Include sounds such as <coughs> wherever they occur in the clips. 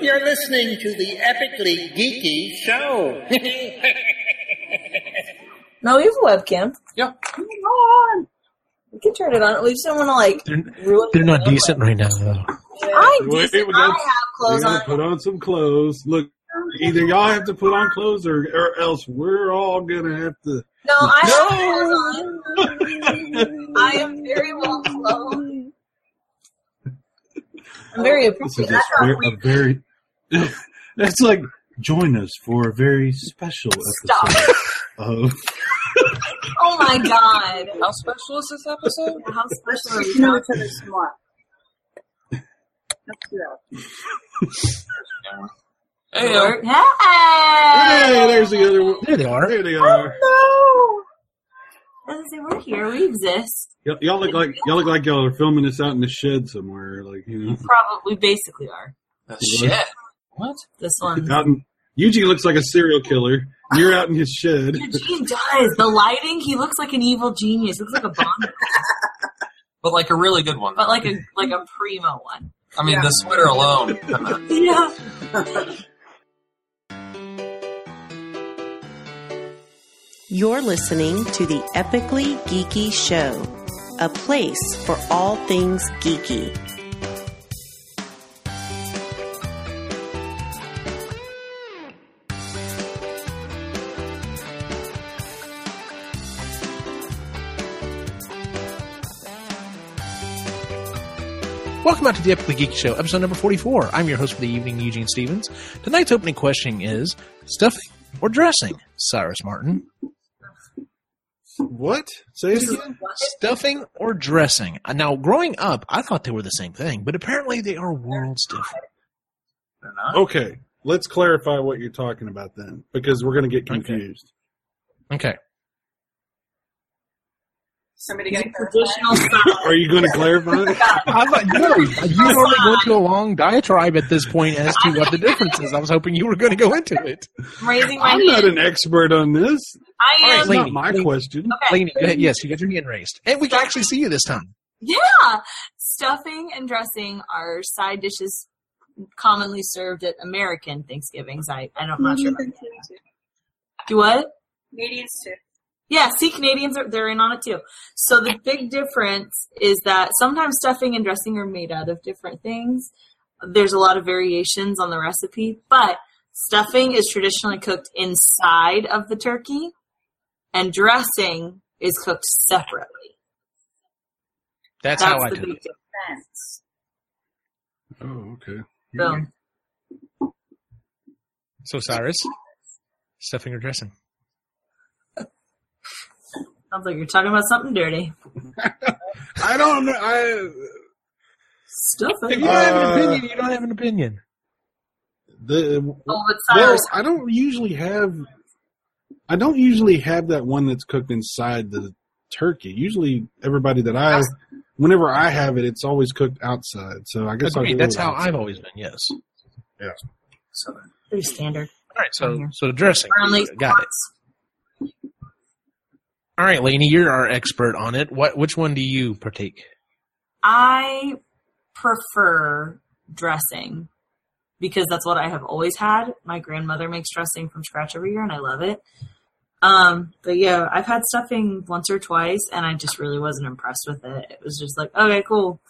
You're listening to the epically geeky show. No, we have a webcam. Yeah. Come on. We can turn it on. We just don't want to like They're, ruin. they're the not webcam. decent right now, though. I'm Wait, decent. we I got- have clothes gotta on. Put on some clothes. Look, either y'all have to put on clothes or, or else we're all gonna have to. No, I have clothes on. I am very well clothed. I'm very This is appreciative. just ver- a very. <laughs> That's like join us for a very special Stop. episode of. Oh my god. How special is this episode? <laughs> How special are you? Hey, yo. Hey, <laughs> Hey! there's the <laughs> other one. There they are. There they are. No! As I say, we're here. We exist. Y- y'all look like y'all look like y'all are filming this out in the shed somewhere. Like you know, Probably, we basically are. Oh, shit. What? This one. out in, Yuji looks like a serial killer. You're out in his shed. Eugene does. The lighting, he looks like an evil genius. Looks like a Bond, But like a really good one. but like a like a primo one. I mean, the sweater alone. Yeah. You're listening to the Epically Geeky Show, a place for all things geeky. Welcome out to the Epically Geek Show, episode number 44. I'm your host for the evening, Eugene Stevens. Tonight's opening question is stuffing or dressing? Cyrus Martin. What? Say it again. Stuffing or dressing? Uh, Now, growing up, I thought they were the same thing, but apparently they are worlds different. They're not. Okay, let's clarify what you're talking about then, because we're going to get confused. Okay. Somebody getting Traditional style. Are you going to clarify? I thought, no, you already went to a long diatribe at this point as to what the difference is. I was hoping you were going to go into it. <laughs> I'm raising my I'm not hand. an expert on this. I All am. right, That's lady, not my lady. question. Okay. Lainey, go ahead. Yes, you got your hand raised. And we can actually see you this time. Yeah. Stuffing and dressing are side dishes commonly served at American Thanksgivings. I, I don't, I'm not sure. About that. Do what? Canadians too. Yeah, see, Canadians are they're in on it too. So the big difference is that sometimes stuffing and dressing are made out of different things. There's a lot of variations on the recipe, but stuffing is traditionally cooked inside of the turkey, and dressing is cooked separately. That's, how I the took it. big difference. Oh, okay. Boom. So, Cyrus, stuffing or dressing? Sounds like you're talking about something dirty. I don't know. I If Stuffing. you don't have an Uh, opinion, you don't have an opinion. the Oh, it's well, Cyrus. I don't usually have. I don't usually have that one that's cooked inside the turkey. Usually, everybody that I, whenever I have it, it's always cooked outside. So I guess I'll Agreed. go That's with how outside. I've always been. Yes. All Pretty standard. right. So, Mhm. so the dressing. Brownlee Got it. All right, Lainey, you're our expert on it. What? Which one do you partake? I prefer dressing because that's what I have always had. My grandmother makes dressing from scratch every year and I love it. Um, but yeah, I've had stuffing once or twice and I just really wasn't impressed with it. It was just like, okay, cool.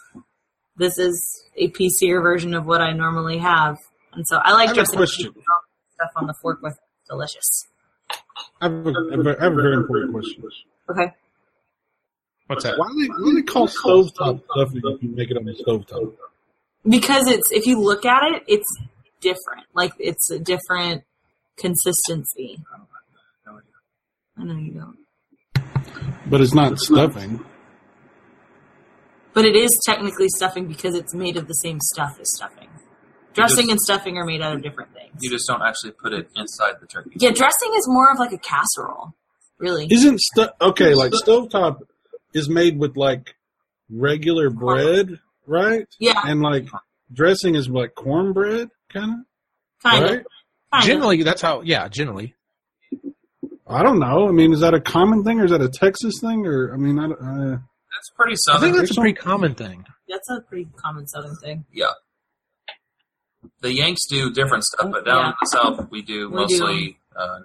This is a PCer version of what I normally have. And so I like I have a dressing question. stuff on the fork with it. delicious. I have a, I have a- I have a very important question. Okay. What's that? Why do they, why do they call stovetop stuffing if you make it on the stovetop? because it's if you look at it it's different like it's a different consistency i know you don't But it's not stuffing. but it is technically stuffing because it's made of the same stuff as stuffing dressing and stuffing are made out of different things You just don't actually put it inside the turkey. yeah dressing is more of like a casserole really Isn't stu okay? Like stovetop is made with like regular bread, right? yeah And like dressing is like cornbread, kind of, kind of right? kind of Generally, that's how. Yeah, generally. I don't know. I mean, is that a common thing or is that a Texas thing? Or I mean, I don't, uh, That's pretty I think southern. that's a pretty common thing. that's a pretty common southern thing Yeah. The Yanks do different stuff, but down in the South we We do. do mostly. Uh,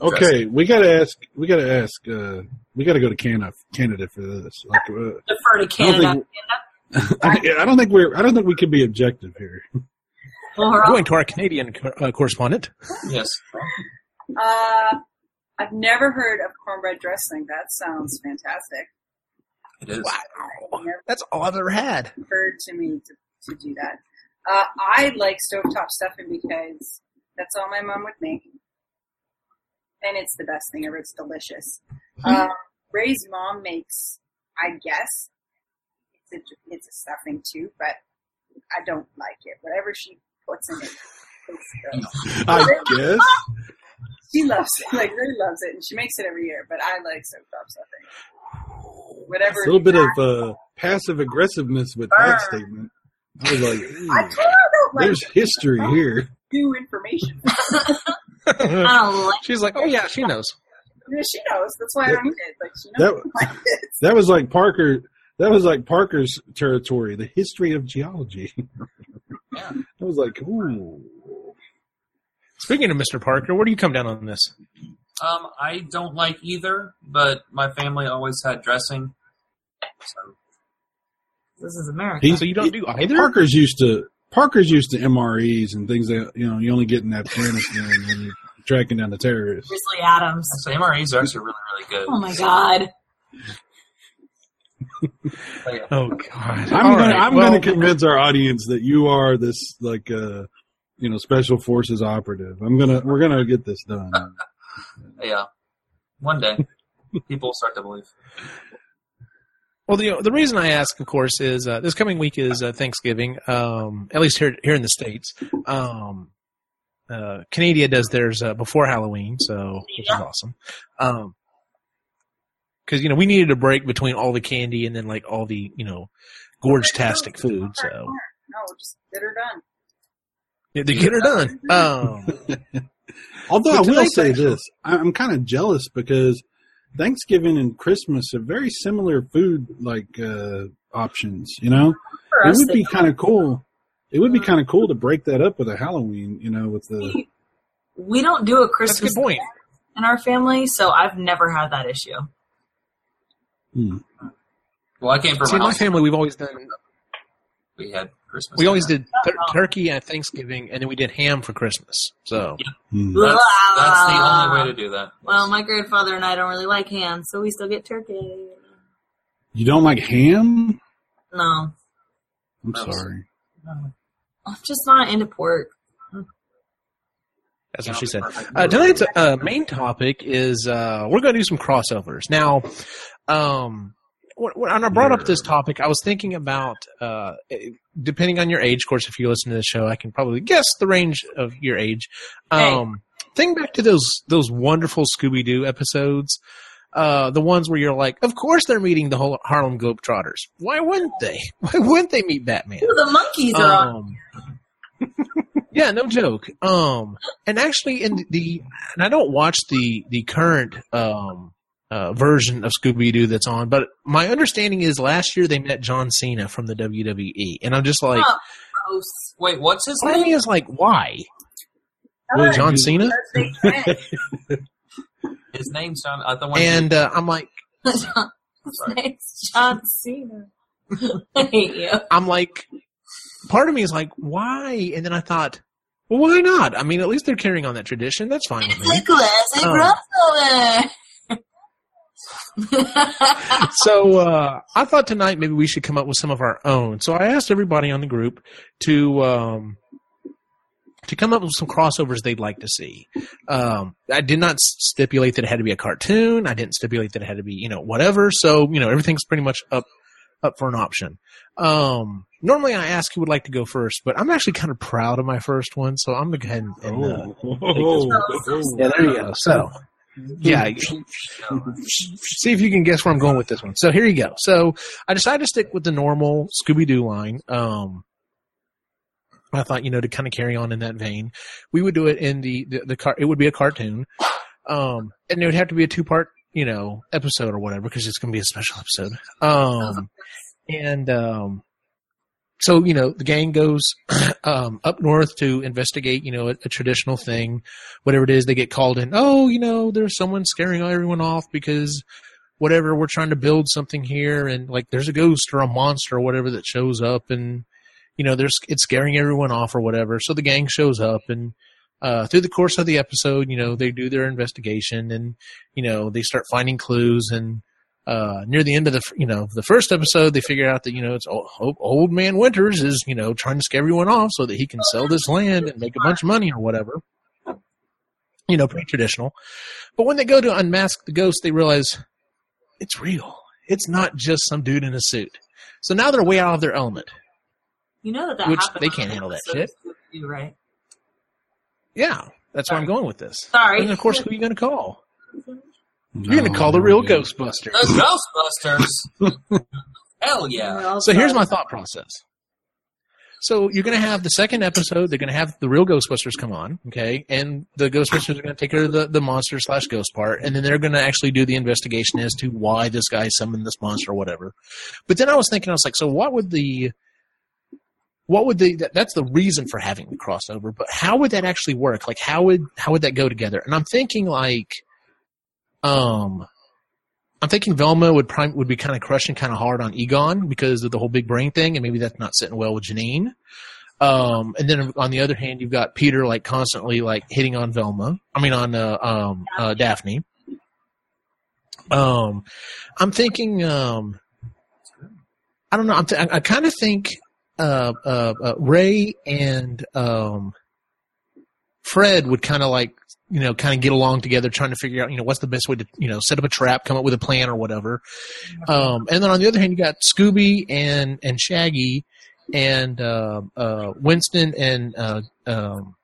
Okay, we gotta ask. We gotta ask. Uh, we gotta go to Canada, Canada for this. Like, uh, Defer to I don't Canada. think. I, I don't think we're. I don't think we can be objective here. <laughs> Well, her Going to our Canadian co- uh, correspondent. yes. Uh, I've never heard of cornbread dressing. That sounds fantastic. It is. Never That's all I've ever had. occurred to me to, to do that. Uh, I like stovetop stuffing because that's all my mom would make. And it's the best thing ever. It's delicious. Uh, Ray's mom makes, I guess, it's a, it's a stuffing too, but I don't like it. Whatever she puts in it, it's good. I guess. She loves it. <laughs> Like really loves it, and she makes it every year. But I like soap top stuffing. Whatever. A little bit of uh, passive aggressive-ness with that statement. I was like, I "Ooh, told her I don't like there's history here. new information. <laughs> She's I don't like like, oh yeah, she knows. Yeah, she knows. That's why I don't eat it. Like she That- knows. I don't <laughs> like it. That was like Parker. That was like Parker's territory, the history of geology. <laughs> I was like, ooh. Speaking of Mr. Parker, where do you come down on this? Um, I don't like either, but my family always had dressing. So this is America. He's- So you don't do either. Parker's used to Parker's used to MREs and things that you know you only get in Afghanistan when you're tracking down the terrorists. Grizzly Adams. so MREs are actually really, really good. Oh my god. But yeah. Oh God! I'm All gonna right, I'm well, gonna convince our audience that you are this like uh you know special forces operative. I'm gonna we're gonna get this done. Hmm. Yeah. One day, people will start to believe. Well, the the reason I ask, of course, is uh, this coming week is uh, Thanksgiving. Um, at least here here in the states, um, uh, Canada does theirs uh, before Halloween, so which is awesome. Um 'cause because you know we needed a break between all the candy and then like all the you know gorge-tastic food, so No, just get her done. yeah, to get her done. Um, Although But I will tonight's say actually- this, I- I'm kind of jealous because Thanksgiving and Christmas are very similar food like uh, options. You know, For it us, would they be kind of cool. It would be kind of cool to break that up with a Halloween. You know, with the we don't do a that's a Christmas good point. in our family, so I've never had that issue. hmm. Well, I came from See, a in my house family, we've always done we had Christmas. we always did tur- turkey at Thanksgiving, and then we did ham for Christmas. So Hmm. That's, that's the Ah. only way to do that. <laughs> Well, my grandfather and I don't really like ham, so we still get turkey. you don't like ham? No, I'm No. sorry. I'm just not into pork. that's what she said. Uh, tonight's uh, main topic is uh, we're going to do some crossovers. Now, um, when when I brought up this topic, I was thinking about uh, depending on your age. Of course, if you listen to the show, I can probably guess the range of your age. Um, Think back to those those wonderful Scooby Doo episodes. Uh, the ones where you're like, of course they're meeting the whole Harlem Globetrotters. Why wouldn't they? <laughs> Why wouldn't they meet Batman? Ooh, the monkeys uh, are on. Um, yeah, no joke. Um, and actually, in the and I don't watch the the current um uh, version of Scooby Doo that's on, but my understanding is last year they met John Cena from the WWE, and I'm just like, Oh, gross. Wait, what's his part of me name? is like, why? All right, John Cena, because they <laughs> can. His name's John. Uh, the one and uh, I'm like, His name's John Cena. <laughs> I hate <laughs> you. I'm like, part of me is like, why? And then I thought, well, why not? I mean, at least they're carrying on that tradition. That's fine with me. classic Oh. crossover. so uh, I thought tonight maybe we should come up with some of our own. So I asked everybody on the group to um, to come up with some crossovers they'd like to see. Um, I did not s- stipulate that it had to be a cartoon. I didn't stipulate that it had to be you know whatever. So you know everything's pretty much up up for an option. Um, normally I ask who would like to go first, but I'm actually kind of proud of my first one, so I'm gonna go ahead and. and uh, Oh. <laughs> yeah, there you go. So, yeah, you should- <laughs> see if you can guess where I'm going with this one. So here you go. So I decided to stick with the normal Scooby Doo line. Um, I thought you know to kind of carry on in that vein, we would do it in the the, the car. It would be a cartoon, um, and it would have to be a two part you know episode or whatever because it's going to be a special episode. Um, and um, so you know the gang goes <clears throat> um, up north to investigate you know a, a traditional thing whatever it is they get called in oh you know there's someone scaring everyone off because whatever we're trying to build something here and like there's a ghost or a monster or whatever that shows up and you know there's it's scaring everyone off or whatever so the gang shows up and uh, through the course of the episode you know they do their investigation and you know they start finding clues and uh, near the end of the f- you know the first episode, they figure out that you know it's old, old man Winters is you know trying to scare everyone off so that he can sell this land and make a bunch of money or whatever. You know, pretty traditional. But when they go to unmask the ghost, they realize it's real. It's not just some dude in a suit. So now they're way out of their element. <laughs> You know that that Which happened they on can't handle that episode two, right? Yeah, that's where I'm going with this. Sorry. And of course, who are you going to call? You're going to call the real ghost. Ghostbuster. The Ghostbusters. Hell yeah. Well, So here's sorry. my thought process. So you're going to have the second episode. They're going to have the real Ghostbusters come on, okay? And the Ghostbusters are going to take care of the, the monster slash ghost part, and then they're going to actually do the investigation as to why this guy summoned this monster or whatever. But then I was thinking, I was like, so what would the what would the that- that's the reason for having the crossover, but how would that actually work? Like, how would how would that go together? And I'm thinking like, um, I'm thinking Velma would prime would be kind of crushing kind of hard on Egon because of the whole big brain thing, and maybe that's not sitting well with Janine. Um, and then on the other hand, you've got Peter like constantly like hitting on Velma. I mean on uh, um, uh, Daphne. Um, I'm thinking. Um, I don't know. I'm th- I kind of think uh, uh, uh, Ray and um, Fred would kind of like you know, kind of get along together, trying to figure out, you know, what's the best way to, you know, set up a trap, come up with a plan or whatever. Um, and then on the other hand, you got Scooby and, and Shaggy and, uh, uh, Winston and, uh, um,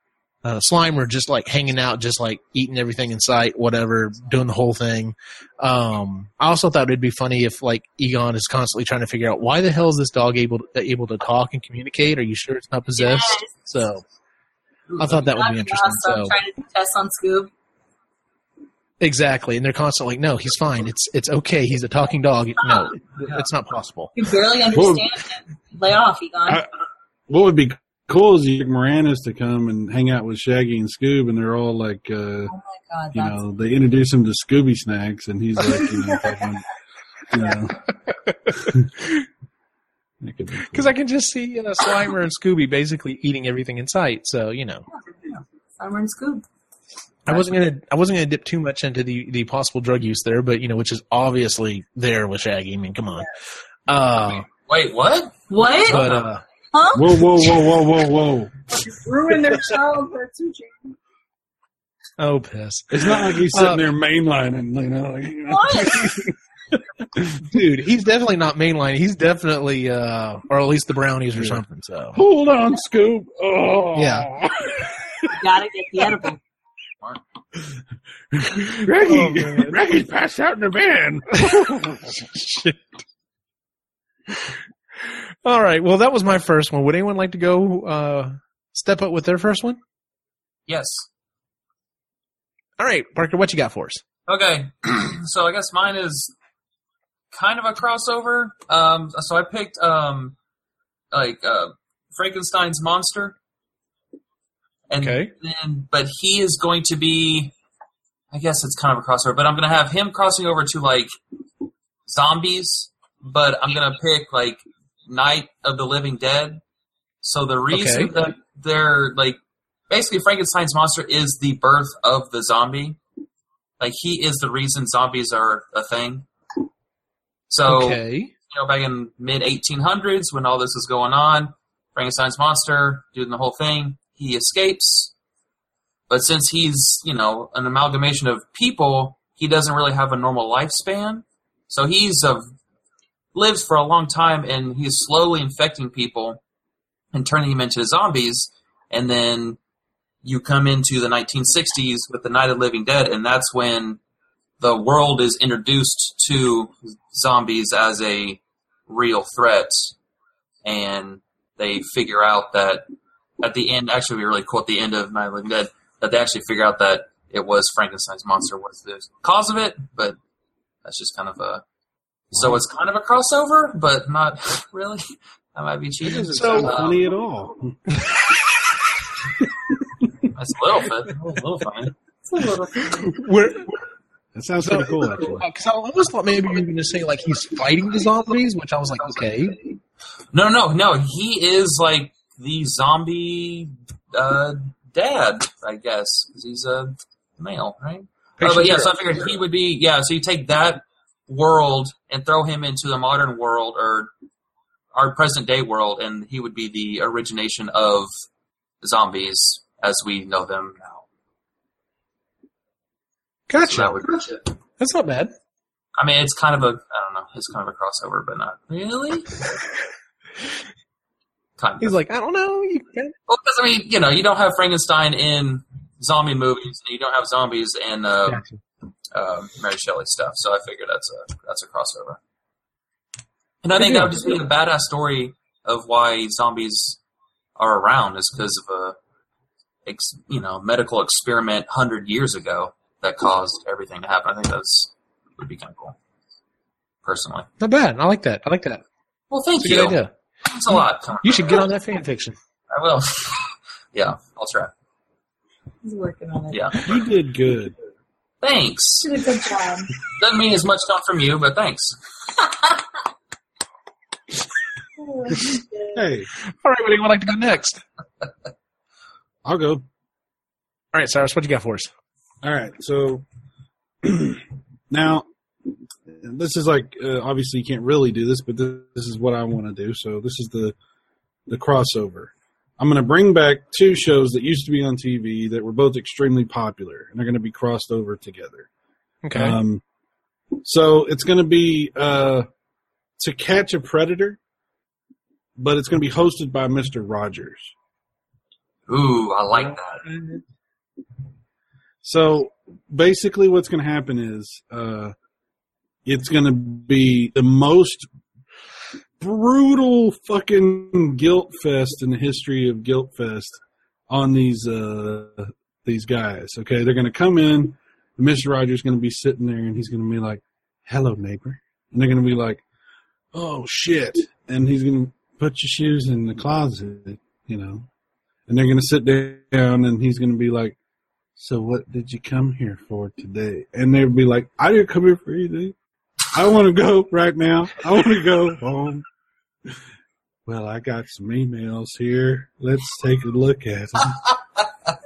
uh, Slimer just like hanging out, just like eating everything in sight, whatever, doing the whole thing. Um, I also thought it'd be funny if like Egon is constantly trying to figure out why the hell is this dog able to, able to talk and communicate? Are you sure it's not possessed? Yes. So I thought that would I'm be interesting. awesome. So trying to test on Scoob. Exactly, and they're constantly like, "No, he's fine. It's it's okay. He's a talking dog. No, Yeah. it's not possible." You barely understand him. Lay off, Egon. Oh I- what would be cool is you get Moranis to come and hang out with Shaggy and Scoob, and they're all like, uh, oh my god, you that's know, they introduce him to Scooby Snacks, and he's like, you know, fucking, you know. <laughs> That could be cool. Because I can just see uh, Slimer and Scooby basically eating everything in sight. So you know, Summer and Scoob. I wasn't gonna I wasn't gonna dip too much into the the possible drug use there, but you know, which is obviously there with Shaggy. I mean, come on. Uh, Wait, what? What? but uh, huh? Whoa, whoa, whoa, whoa, whoa, whoa! You ruin their childhood too, Jamie. oh piss, It's not like he's sitting Uh, there mainlining, you know. Like, you know. What? dude, he's definitely not mainline. He's definitely uh, or at least the brownies or Yeah. something. So Hold on, Scoob. Oh, Yeah. You gotta get the edible. Reggie, Oh, man. Reggie's passed out in the <laughs> van. Shit. All right. Well, that was my first one. Would anyone like to go uh, step up with their first one? Yes. All right, Parker, what you got for us? Okay. <clears throat> so I guess mine is kind of a crossover. Um, so I picked um, like uh, Frankenstein's monster. And Okay. Then, but he is going to be. I guess it's kind of a crossover, but I'm going to have him crossing over to like zombies. But I'm going to pick like Night of the Living Dead. So the reason Okay. that they're like basically Frankenstein's monster is the birth of the zombie. Like he is the reason zombies are a thing. So okay. you know, back in mid 1800s when all this is going on, Frankenstein's monster doing the whole thing, he escapes. But since he's, you know, an amalgamation of people, he doesn't really have a normal lifespan. So he's a, lives for a long time and he's slowly infecting people and turning them into zombies. And then you come into the 1960s with the Night of the Living Dead, and that's when the world is introduced to zombies as a real threat, and they figure out that at the end, actually, we really cool at the end of Night of the Living Dead that they actually figure out that it was Frankenstein's monster was the cause of it, but that's just kind of a. So it's kind of a crossover, but not <laughs> really. That might be That cheating. doesn't So- sound funny at all. That's a little bit. <laughs> That was a little funny. It's a little thing. We're, That sounds So- pretty cool, actually. Because Uh, I almost thought maybe you were going to say like he's fighting the zombies, which I was like, okay, No, no, no. He is like the zombie uh, dad, I guess, 'cause he's a male, right? Oh, but yeah, so I figured he would be yeah. So you take that world and throw him into the modern world or our present day world, and he would be the origination of zombies as we know them now. So that gotcha. would That's not bad. I mean, it's kind of a I don't know, it's kind of a crossover, but not really. kind of. He's like, I don't know. You can. Well, 'cause, I mean, you know, you don't have Frankenstein in zombie movies, and you don't have zombies in uh, Gotcha. uh, Mary Shelley stuff. So I figure that's a that's a crossover. And I think Yeah. that would just be a badass story of why zombies are around is because of a ex, you know medical experiment hundred years ago that caused everything to happen. I think that's would be kind of cool, personally. Not bad. I like that. I like that. Well, thank It's a you. good idea. Thanks a lot. Connor. You should get on that fan fiction. I will. <laughs> yeah, I'll try. He's working on it. Yeah. You did good. Thanks. Did a good job. Doesn't mean as much done from you, but thanks. Hey, <laughs> All right, what do you would like to go next? I'll go. All right, Cyrus, what you got for us? All right. So <clears throat> now, this is like uh, obviously you can't really do this, but this, this is what I want to do. So this is the the crossover. I'm going to bring back two shows that used to be on TV that were both extremely popular, and they're going to be crossed over together. Okay. Um, so it's going to be uh, to catch a predator, but it's going to be hosted by Mister Rogers. Ooh, I like that. So basically, what's going to happen is uh, it's going to be the most brutal fucking guilt fest in the history of guilt fest on these uh, these guys. Okay, they're going to come in. And Mr. Rogers going to be sitting there, and he's going to be like, "Hello, neighbor," and they're going to be like, "Oh shit!" And he's going to put your shoes in the closet, you know. And they're going to sit down, and he's going to be like. So what did you come here for today? And they'd be like, I didn't come here for anything. I want to go right now. I want to go home. Well, I got some emails here. Let's take a look at them.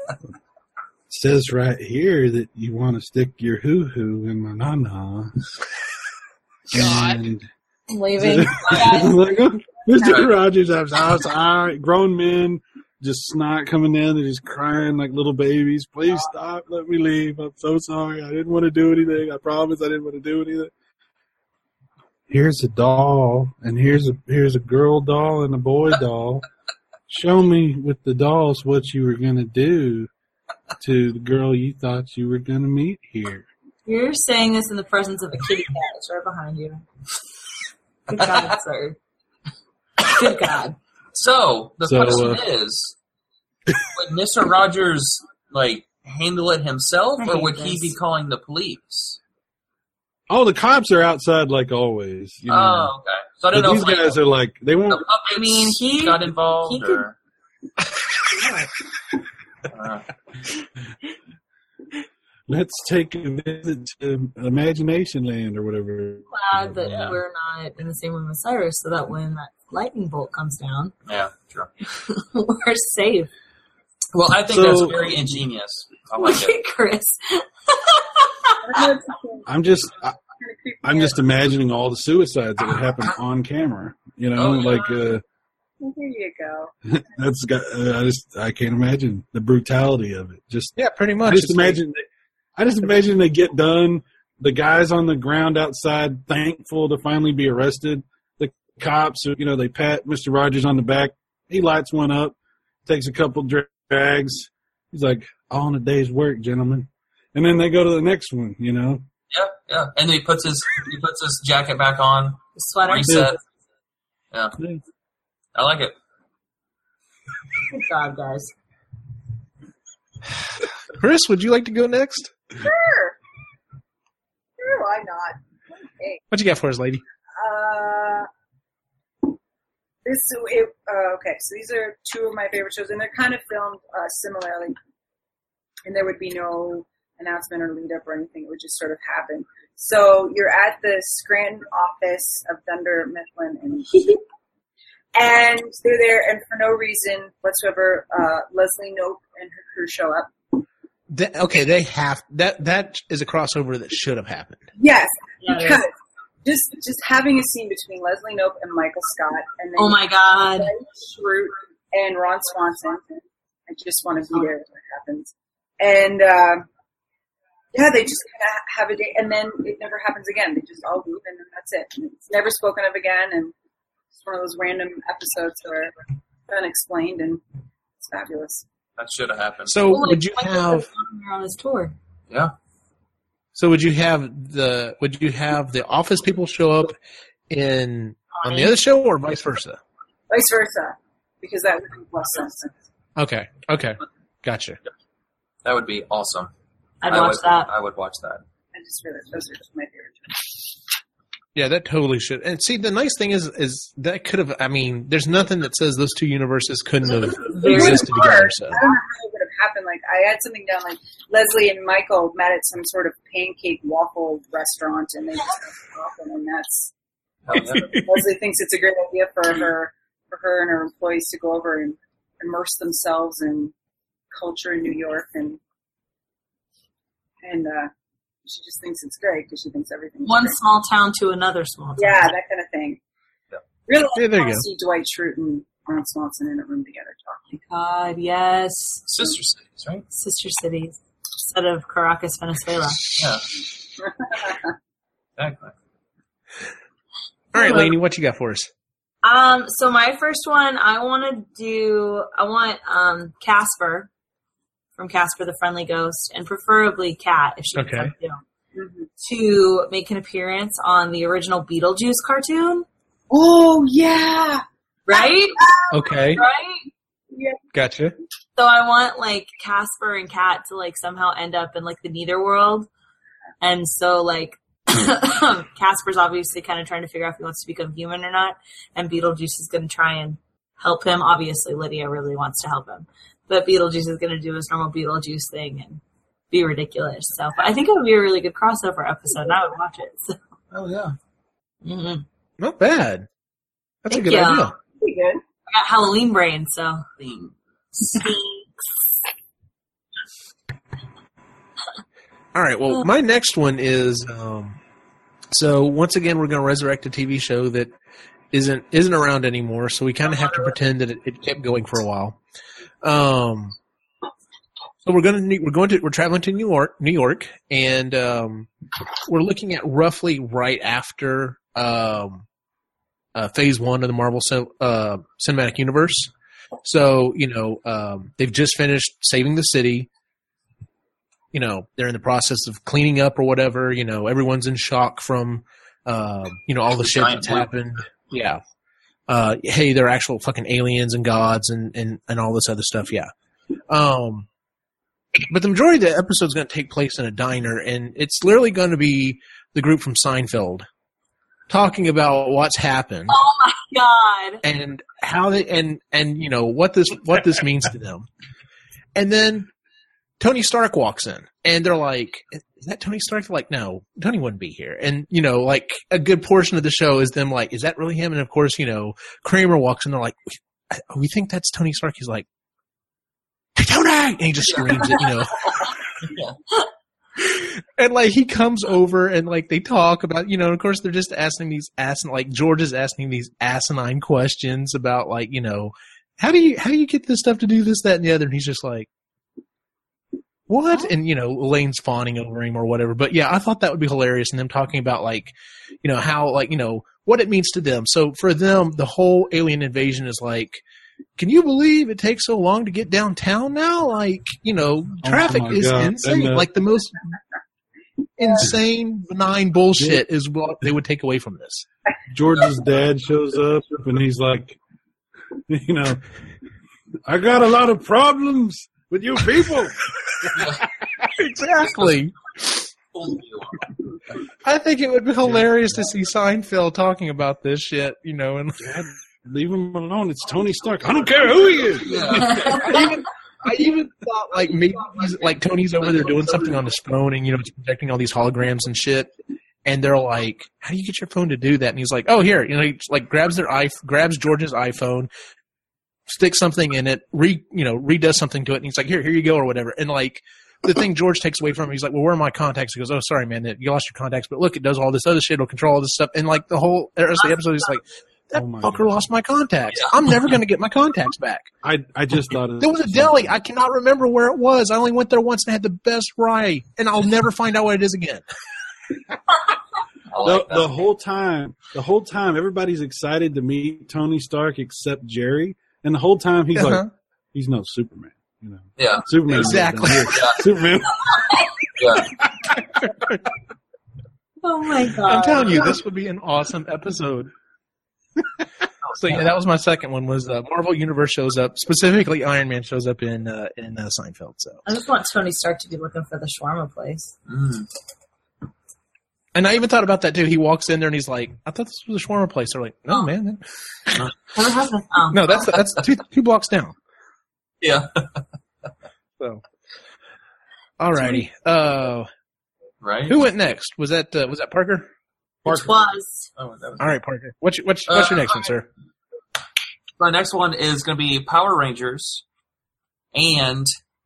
says right here that you want to stick your hoo hoo in my nana. God. I'm leaving. I'm <laughs> like, oh, Mr. Rogers, I'm so- I'm sorry. Grown men just snot coming down. They're just crying like little babies. Please stop. Let me leave. I'm so sorry. I didn't want to do anything. I promise I didn't want to do anything. Here's a doll, and here's a here's a girl doll and a <laughs> boy doll. Show me with the dolls what you were gonna do to the girl you thought you were gonna meet here. You're saying this in the presence of a kitty cat. It's right behind you. Good <laughs> God, sir. Good God. So the So, question uh, is, <laughs> would Mister Rogers like handle it himself, I or hate would he this. be calling the police? Oh, the cops are outside like always. You know. Oh, okay. So I But don't know. these if, like, guys are like they the won't puppets I mean, he- got involved. he could- or, uh, let's take a visit to Imagination Land or whatever. Glad that Yeah. we're not in the same room as Cyrus so that when that lightning bolt comes down, <laughs> yeah, sure. we're safe. Well, I think So- that's very ingenious. I like <laughs> it. Chris. I don't know if you can- I'm just I, kind of creepy I'm just imagining all the suicides that would happen on camera. You know, Oh, yeah. like uh, There you go. that's got uh, I just I can't imagine the brutality of it. Just yeah, pretty I much. just It's like- imagine they, I just imagine they get done. The guys on the ground outside, thankful to finally be arrested. The cops, you know, they pat Mister Rogers on the back. He lights one up, takes a couple dra- drags. He's like, "All in a day's work, gentlemen." And then they go to the next one. You know, Yeah, yeah. And he puts his he puts his jacket back on. The sweater. Reset. Yeah, Yeah. I like it. Good job, guys. Chris, would you like to go next? Sure. Sure, why not? What you got for us, lady? Uh, This it, uh, okay. So these are two of my favorite shows, and they're kind of filmed uh, similarly. And there would be no announcement or lead up or anything; it would just sort of happen. So you're at the Scranton office of Thunder Mifflin, and <laughs> and they're there, and for no reason whatsoever, uh, Leslie Nope and her crew show up. That- okay, they have that. That is a crossover that should have happened. Yes, Yeah, because just just having a scene between Leslie Nope and Michael Scott, and then Oh my god. Ben Schrute and Ron Swanson. I just want to be there when it happens. And uh, yeah, they just kind of have a day, and then it never happens again. They just all leave, and then that's it. And it's never spoken of again, and it's one of those random episodes where it's unexplained, and it's fabulous. That should have happened. So Well, like, would you like, have? you're on his tour? yeah. So would you have the? Would you have the office people show up in on the other show or vice versa? Vice versa, because that would be less sense. Okay. Okay. Gotcha. That would be awesome. I'd I watch would, that. I would watch that. I just realized those are just my favorite. Yeah, that totally should. And see, the nice thing is, is that could have. I mean, there's nothing that says those two universes couldn't have Very existed together. So I don't know how it would have happened. Like I had something down like Leslie and Michael met at some sort of pancake waffle restaurant and they just got waffle and that's <laughs> Hell yeah. Leslie thinks it's a great idea for her for her and her employees to go over and immerse themselves in culture in New York and and uh, she just thinks it's great because she thinks everything One small town to another small town. yeah that kind of thing Yeah. really Yeah, there you I go. see Dwight Schrute and Ron Swanson in a room together talking God, yes. Sister cities, right? Sister cities instead of Caracas, Venezuela. Yeah. Exactly. all right, Lainey, what you got for us? Um, so my first one, I want to do, I want um Casper from Casper the Friendly Ghost, and preferably Cat if she can Okay. come too, Mhm. to make an appearance on the original Beetlejuice cartoon. oh yeah Right, Okay, right. yeah gotcha. So I want like Casper and Kat to like somehow end up in like the neither world. And so like <coughs> Casper's obviously kind of trying to figure out if he wants to become human or not, and Beetlejuice is going to try and help him. Obviously, Lydia really wants to help him, but Beetlejuice is going to do his normal Beetlejuice thing and be ridiculous. So but I think it would be a really good crossover episode, and I would watch it. So, Oh yeah. mhm. Not bad. That's Thank a good you. idea. pretty good. I got Halloween brain, so All right. Well, my next one is um, so once again we're going to resurrect a TV show that isn't isn't around anymore. So we kind of have to pretend that it, it kept going for a while. Um, so we're going to we're going to we're traveling to New York, New York, and um, we're looking at roughly right after um, uh, Phase One of the Marvel Cin- uh, Cinematic Universe. So you know um, they've just finished saving the city you know they're in the process of cleaning up or whatever you know everyone's in shock from uh, you know all the shit Giant that's blue. happened yeah uh, hey they're actual fucking aliens and gods and and, and all this other stuff yeah um but the majority of the episode's going to take place in a diner and it's literally going to be the group from seinfeld talking about what's happened oh my god, and how they and and you know what this what this means to them. And then Tony Stark walks in, and they're like, "Is that Tony Stark?" They're like, "No, Tony wouldn't be here." And you know, like a good portion of the show is them like, "Is that really him?" And of course, you know, Kramer walks in, they're like, "We- "We think that's Tony Stark." He's like, "Hey, Tony!" And he just screams it, you know. And like he comes over and like they talk about you know of course they're just asking these asin like George is asking these asinine questions about like you know how do you how do you get this stuff to do this that and the other and he's just like what and you know Elaine's fawning over him or whatever but yeah I thought that would be hilarious and them talking about like you know how like you know what it means to them so for them the whole alien invasion is like can you believe it takes so long to get downtown now like you know Oh traffic my is God, I insane know. like the most insane benign bullshit is what they would take away from this. George's dad shows up and he's like, <laughs> you know, I got a lot of problems with you people. Exactly. I think it would be hilarious to see Seinfeld talking about this shit, you know, and Leave him alone. It's Tony Stark. I don't care who he is. Yeah. I even, I even thought like maybe he's, like Tony's over there doing something on his phone, and you know it's projecting all these holograms and shit. And they're like, "How do you get your phone to do that?" And he's like, "Oh, here." You know, he like grabs their i grabs George's iPhone, sticks something in it, re you know redoes something to it, and he's like, "Here, here you go," or whatever. And like the thing George takes away from him, he's like, "Well, where are my contacts?" He goes, "Oh, sorry, man, that- you lost your contacts, but look, it does all this other shit. It'll control all this stuff." And like the whole the rest of the episode, he's like. That Oh my fucker God. lost my contacts. I'm never going to get my contacts back. I I just thought it There was a deli. I cannot remember where it was. I only went there once and had the best rye, and I'll never find out what it is again. I the, like that. the whole time, the whole time, everybody's excited to meet Tony Stark except Jerry, and the whole time he's like, Uh-huh. he's no Superman, you know. yeah, Superman, Exactly. Superman. yeah. Oh my god! I'm telling you, this would be an awesome episode. <laughs> so yeah, that was my second one. Was uh, Marvel Universe shows up specifically? Iron Man shows up in uh, in uh, Seinfeld. So, I just want Tony Stark to be looking for the shawarma place. Mm. and I even thought about that too. He walks in there and he's like, "I thought this was a shawarma place." They're like, "No, man, What happened? Oh. no, that's that's two, two blocks down." Yeah. So, alrighty. Uh, Right? who went next? Was that uh, was that Parker? Which was Oh, that was- All right, Parker. What's your, what's, what's your Uh, next one, sir? My next one is going to be Power Rangers and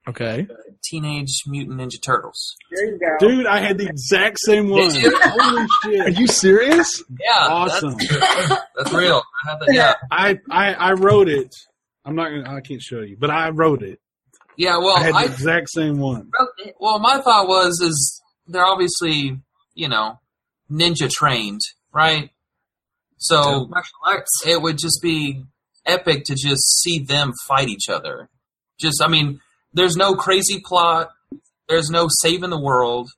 Okay. Teenage Mutant Ninja Turtles. There you go. Dude, I had the exact same one. Did you? Holy shit! you serious? Yeah, Awesome. That's, <laughs> that's <laughs> real. I had that- yeah, I, I I wrote it. I'm not. gonna I can't show you, but I wrote it. yeah. Well, I had the Oh, I exact same one. wrote it. well, my thought was is they're obviously you know ninja trained, right? So martial arts. it would just be epic to just see them fight each other. Just, I mean, there's no crazy plot. There's no saving the world.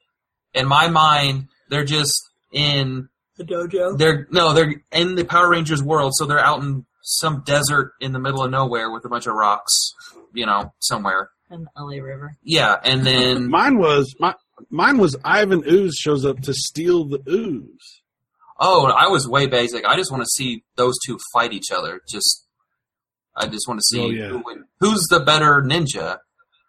In my mind, they're just in The dojo. They're no, they're in the Power Rangers world, so they're out in some desert in the middle of nowhere with a bunch of rocks, you know, somewhere. And LA River. Yeah, <laughs> and then Mine was my mine was Ivan Ooze shows up to steal the ooze. oh, I was way basic. I just want to see those two fight each other. Just I just want to see Oh, yeah. who would, who's the better ninja.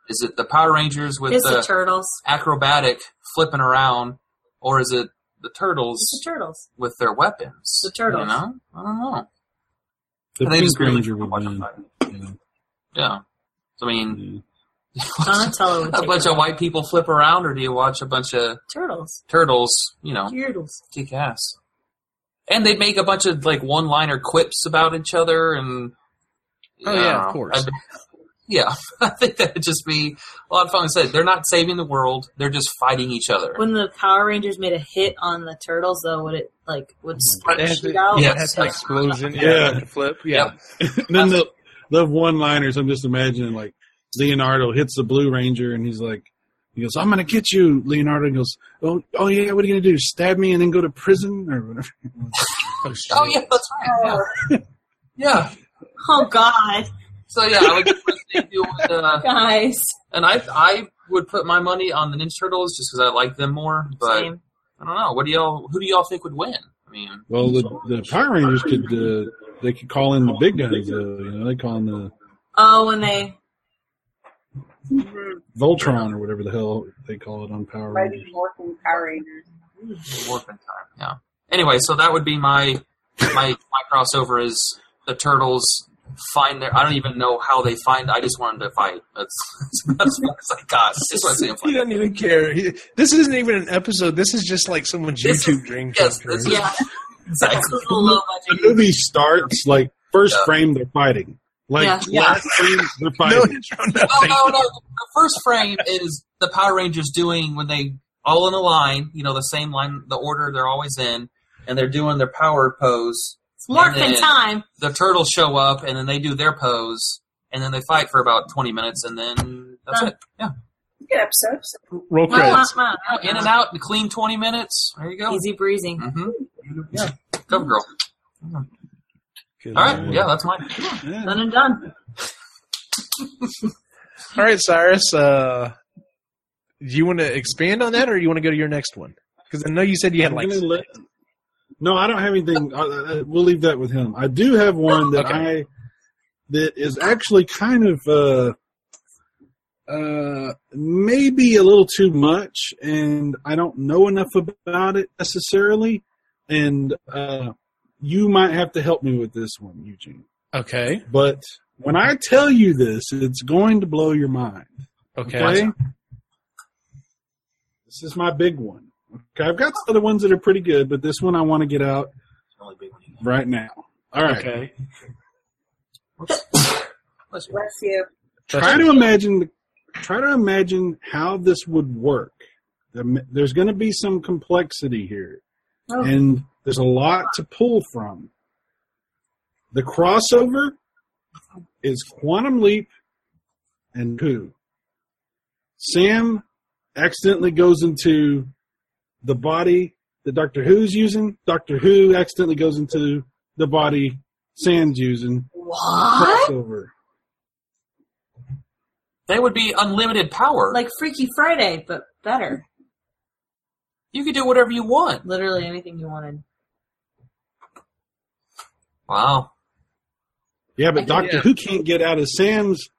Is it the Power Rangers with It's the the turtles. acrobatic flipping around, or is it the It's turtles the <laughs> turtles. with their weapons? The turtles. You know, I don't know. The they just Pink really Ranger wanna would watch them win. fight. you Yeah. So, I know. mean, Yeah. Donatello would <laughs> a take bunch them. of white people flip around, or do you watch a bunch of turtles. turtles, you know, Turtles. kick ass? And they make a bunch of like one-liner quips about each other, and Oh, I don't yeah, of know. course. I- yeah, <laughs> I think that would just be a lot of fun. Like I said they're not saving the world; they're just fighting each other. When the Power Rangers made a hit on the turtles, though, would it like Mm-hmm. would start It has shoot the- out? Yeah. it has the explosion. Yeah. the Flip. Yep. then the the one liners. I'm just imagining like Leonardo hits the Blue Ranger and he's like, he goes, "I'm gonna get you." Leonardo goes, "Oh, oh yeah, what are you gonna do? Stab me and then go to prison or whatever?" Oh, shit. <laughs> Oh yeah, that's right. Yeah. <laughs> yeah. Oh God, So yeah, I would just wish they do <laughs> it, uh, guys! and I I would put my money on the Ninja Turtles just because I like them more. But Same. I don't know. What do y'all? Who do y'all think would win? I mean, Well, the the Power Rangers could uh, they could call in the big guns. Uh, you know, they call in the Oh, when they Voltron or whatever the hell they call it on Power By Rangers. the Morphin Power Rangers. Warping time. Yeah. Anyway, so that would be my my my crossover is the turtles find their. I don't even know how they find. I just want them to fight. That's that's what I got. That's what I see them He fight. doesn't even care. He- this isn't even an episode. This is just like someone's This YouTube dream come Yes, true. this is yeah, this <laughs> exactly. was a low The budget. movie starts like first Yeah. frame they're fighting, like Yeah. Yeah. last frame <laughs> they're <laughs> No fighting. intro, Oh nothing. no, no. The first frame is the Power Rangers doing when they all in a line. You know, the same line, the order they're always in, and they're doing their power pose. It's morphin' And then- time. The turtles show up, and then they do their pose, and then they fight for about twenty minutes, and then that's Done. it. Yeah. Good episode. Roll Wah, wah, credits. wah. Yeah, uh, in and out, in clean 20 minutes. There you go. Easy breezy. Mm-hmm. Yeah. Cover girl. All right. Yeah, that's mine. Done and done. All right, Cyrus. Uh, do you want to expand on that, or you want to go to your next one? Because I know you said you had I'm like. gonna let- No, I don't have anything. I, I, we'll leave that with him. I do have one that I that is actually kind of uh, uh, maybe a little too much, and I don't know enough about it necessarily. And uh, you might have to help me with this one, Eugene. Okay. But when I tell you this, it's going to blow your mind. Okay. Okay. This is my big one. Okay, I've got other ones that are pretty good, but this one I want to get out right now. All right. Okay. Bless you. Try to imagine. Try to imagine how this would work. The- There's going to be some complexity here, Oh. and there's a lot to pull from. The crossover is Quantum Leap and Who. Sam accidentally goes into the body that Doctor Who's using. Doctor Who accidentally goes into the body Sam's using. What? Crossover. They would be unlimited power. Like Freaky Friday, but better. you could do whatever you want. Literally anything you wanted. Wow. Yeah, but Doctor Yeah. Who can't get out of Sam's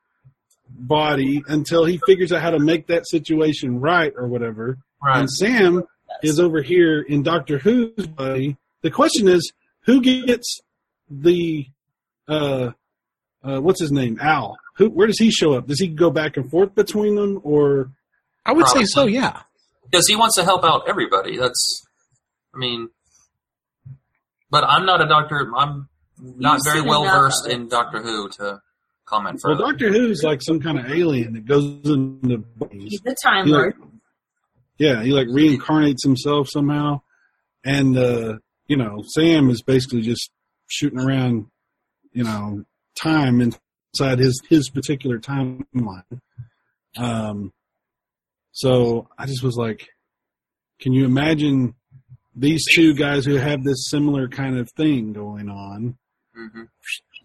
body until he figures out how to make that situation right or whatever. Right. And Sam is over here in Doctor Who's body. The question is, who gets the uh, uh, what's his name? Al. Who? Where does he show up? Does he go back and forth between them, or I would say so. Probably. Yeah. Because he wants to help out everybody. That's, I mean, but I'm not a doctor. I'm not You've very seen well enough of versed it. in Doctor Who to comment well, further. Doctor Who's like some kind of alien that goes into bodies. He's the Time Yeah. Lord. Yeah, he like reincarnates himself somehow, and uh, you know Sam is basically just shooting around, you know, time inside his his particular timeline. Um, so I just was like, can you imagine these two guys who have this similar kind of thing going on hmm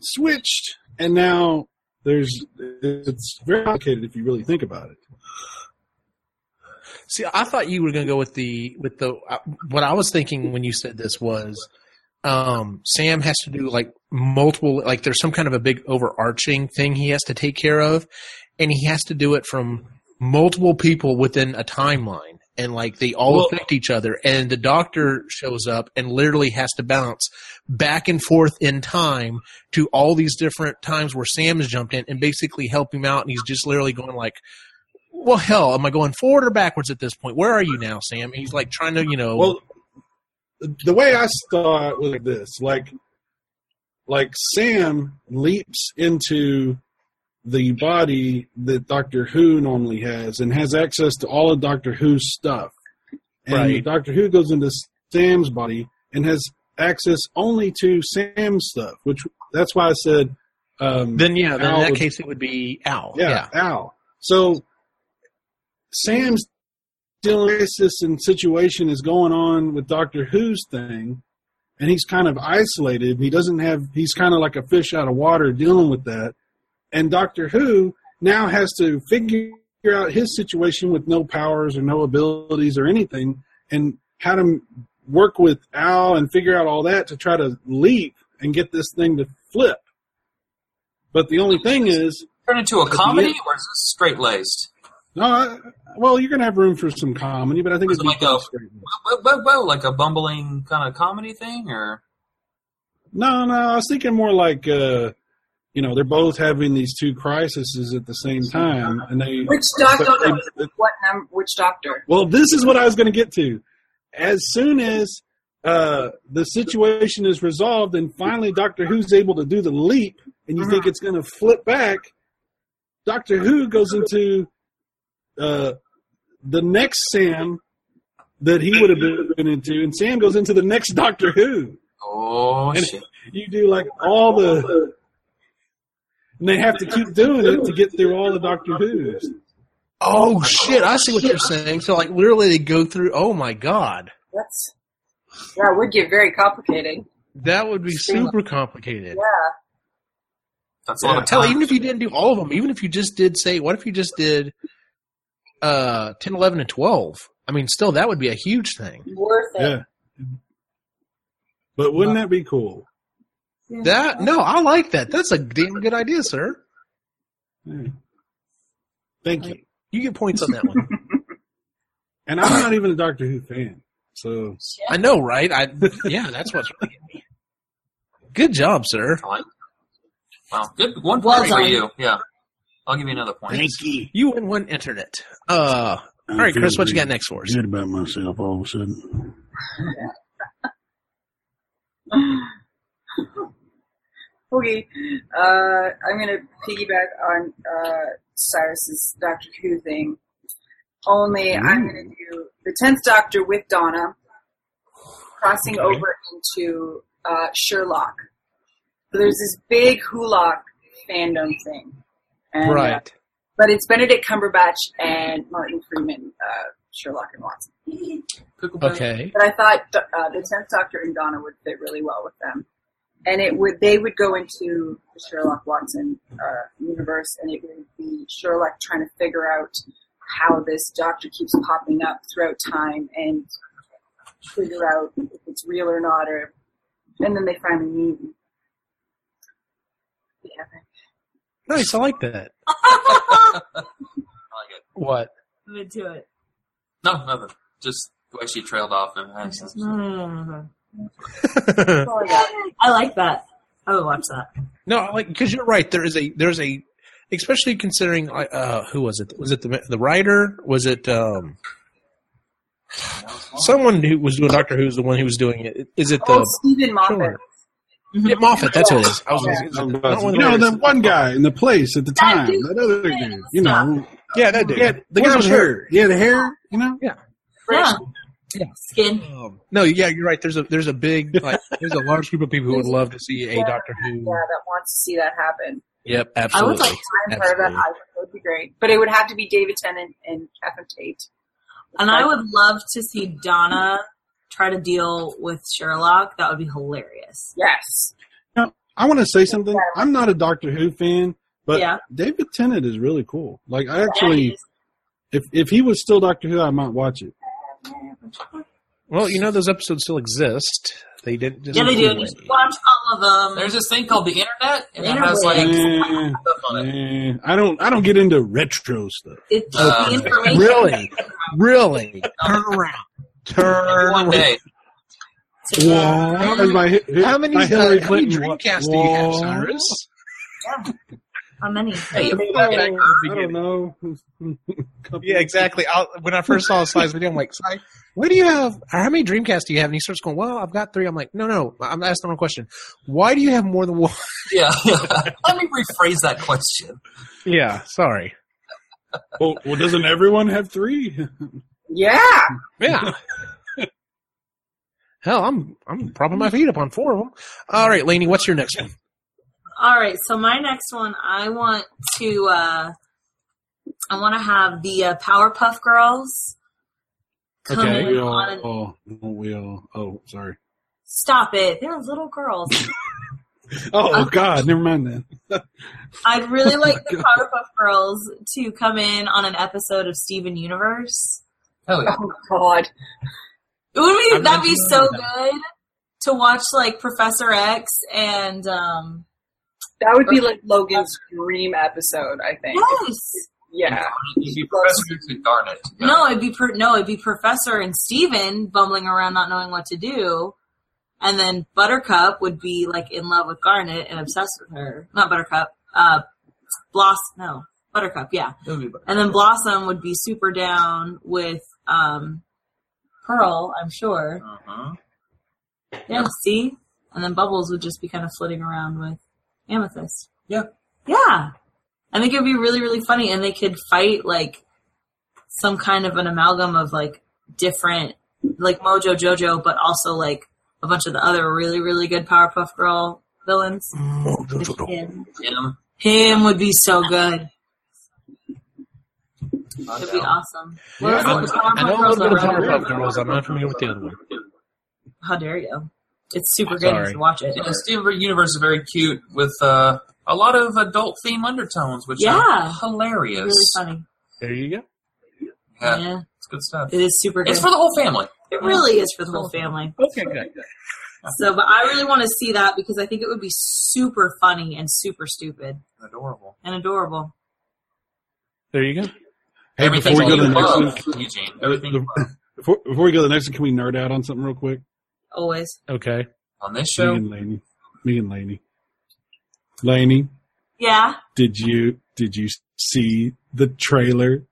switched, and now there's it's very complicated if you really think about it. See, I thought you were going to go with the with the uh, what I was thinking when you said this was um, Sam has to do like multiple like there's some kind of a big overarching thing he has to take care of, and he has to do it from multiple people within a timeline, and like they all Well- affect each other, and the doctor shows up and literally has to bounce back and forth in time to all these different times where Sam has jumped in and basically help him out, and he's just literally going like well, hell, am I going forward or backwards at this point? Where are you now, Sam? And he's like trying to, you know, Well, the way I saw it was like this: like, like Sam leaps into the body that Doctor Who normally has and has access to all of Doctor Who's stuff, and Right. Doctor Who goes into Sam's body and has access only to Sam's stuff, which that's why I said. Um, then yeah, then in Al that would- case it would be Al. Yeah. yeah, Al. So Sam's still racist and situation is going on with Doctor Who's thing, and he's kind of isolated. He doesn't have. He's kind of like a fish out of water dealing with that. And Doctor Who now has to figure out his situation with no powers or no abilities or anything, and how to work with Al and figure out all that to try to leap and get this thing to flip. But the only thing is, Turn into a the comedy, end- or is this straight laced? no, I, well, you're gonna have room for some comedy, but I think Was it'd be it like a- straight. Well, well, well, like a bumbling kind of comedy thing, or No, no, I was thinking more like, uh, you know, they're both having these two crises at the same time, and they. Which doctor? but they- What num- Which doctor? well, this is what I was gonna get to. As soon as uh, the situation is resolved, and finally Doctor Who's able to do the leap, and you Mm-hmm. think it's gonna flip back, Doctor Who goes into uh, the next Sam that he would have been into, and Sam goes into the next Doctor Who. oh And- shit, You do like all the, and they have to keep doing it to get through all the Doctor Who's. Oh shit, I see what you're saying. So like literally they go through oh my god. That's yeah. It would get very complicated. That would be super complicated. Yeah. that's a Yeah. lot of Tell time. even if you didn't do all of them, even if you just did say what if you just did uh 10, 11 and 12? I mean, still that would be a huge thing. Worth it. Yeah, But wouldn't that be cool? That no, I like that. That's a damn good idea, sir. Yeah. Thank you. You get points on that one. And I'm not even a Doctor Who fan, so <laughs> I know, right? I yeah, that's what's really getting me. Good job, sir. Wow, good one Well point for done. you. Yeah, I'll give you another point. you. You win one internet. Uh, all right, Chris, what you got next for us? Good about myself all of a sudden. Okay, uh, I'm gonna piggyback on uh, Cyrus's Doctor Who thing. Only I'm gonna do the tenth Doctor with Donna, crossing over into uh, Sherlock. So there's this big Hulock fandom thing, and, uh, Right. but it's Benedict Cumberbatch and Martin Freeman, uh, Sherlock and Watson. Pickle Pig. Okay. But I thought uh, the Tenth Doctor and Donna would fit really well with them, and it would they would go into the Sherlock Watson uh, universe, and it would be Sherlock trying to figure out how this Doctor keeps popping up throughout time and figure out if it's real or not, or and then they finally meet. Yeah, Nice. I like that. I like it. What? I'm into it. No, nothing. Just the way she trailed off. And No, no, no, no, no. <laughs> that's all I got. I like that. I would watch that. No, I like because you're right. There is a there's a especially considering like, uh who was it? Was it the the writer? Was it um someone who was doing Doctor Who's the one who was doing it? Is it Oh, the Stephen Moffat. Sure. yeah, Moffat? That's who it is. I was gonna say, is it the- not one you of the know writers? that one guy in the place at the time, dude. that other dude, you know, yeah, that dude. Yeah, the guy What was was hurt. hair. He had hair, you know. Yeah. Yeah. Skin. Um, no, yeah, you're right. There's a there's a big like <laughs> there's a large group of people who would love to see a Doctor Yeah, Who. that wants to see that happen. Yep, I would absolutely. like I'm part of that. Absolutely. I would- that would be great, but it would have to be David Tennant and Catherine Tate. And I would love to see Donna try to deal with Sherlock. That would be hilarious. Yes. I want to say something. I'm not a Doctor Who fan, but Yeah. David Tennant is really cool. Like I That actually, is- if if he was still Doctor Who, I might watch it. Well, you know those episodes still exist. They didn't. Just yeah, they do. You should watch all of them. There's this thing called the internet, and it Internet. has like Eh, stuff on it. eh, I don't I don't get into retro stuff. it's Uh, the information. Really, really. Turn around. Turn One day, <laughs> to- How many, How many, uh, how many Dreamcast do you have, Cyrus? How many? Hey, I back in that curve don't know. <laughs> Yeah, exactly. i when I first saw Sly's video, I'm like, Sly, what do you have? Or how many Dreamcast do you have? And he starts going, well, I've got three. I'm like, no, no, I'm asking the wrong question. Why do you have more than one? yeah. <laughs> Let me rephrase that question. Yeah, sorry. Well, Oh, well, doesn't everyone have three? Yeah. Yeah. <laughs> Hell, I'm I'm propping my feet up on four of them. All right, Laney, what's your next one? All right, so my next one, I want to, uh, I want to have the uh, Powerpuff Girls come Okay. in We on all, oh, don't we all. Oh, sorry. Stop it! They're little girls. Oh God, never mind <laughs> then. I'd really like the Powerpuff Girls to come in on an episode of Steven Universe. Hell yeah. Oh God. It would I've be that'd be never so heard of good to watch, like Professor X and um, That would be like Logan's dream episode, I think. yes, Yeah. You'd be Professor X and Garnet. Yeah. No, it'd be per- no, it'd be Professor and Steven bumbling around not knowing what to do, and then Buttercup would be like in love with Garnet and obsessed with her. Not Buttercup, uh, Blossom. No, Buttercup. Yeah, It would be better. and then Blossom would be super down with um, Pearl. I'm sure. Uh-huh. Yeah. See, and then Bubbles would just be kind of flitting around with Amethyst. Yeah. Yeah. I think it would be really, really funny, and they could fight like some kind of an amalgam of like different, like Mojo Jojo, but also like a bunch of the other really, really good Powerpuff Girl villains. Mm-hmm. With Him. Him. Him would be so good. It'd be Adele. awesome. What Yeah, was it? Powerpuff I'm- I know a Girls little bit of are- Powerpuff Girls. I'm not familiar with the other one. How dare you? It's super good. Sorry. You should watch it. Yeah, Steven Universe is very cute with uh, a lot of adult theme undertones, which Yeah. are hilarious. Really funny. There you go. Yeah, yeah. it's good stuff. It is super good. It's for the whole family. it really is for the whole family. Okay, good. So, but I really want to see that because I think it would be super funny and super stupid Adorable. and adorable. There you go. Hey, before Everything's we go to the you next love, one, Eugene. Everything you the- love. before, before we go to the next one, can we nerd out on something real quick? Always. Okay. on this Me show. and Laney. Me and Laney. Laney, Yeah. did you did you see the trailer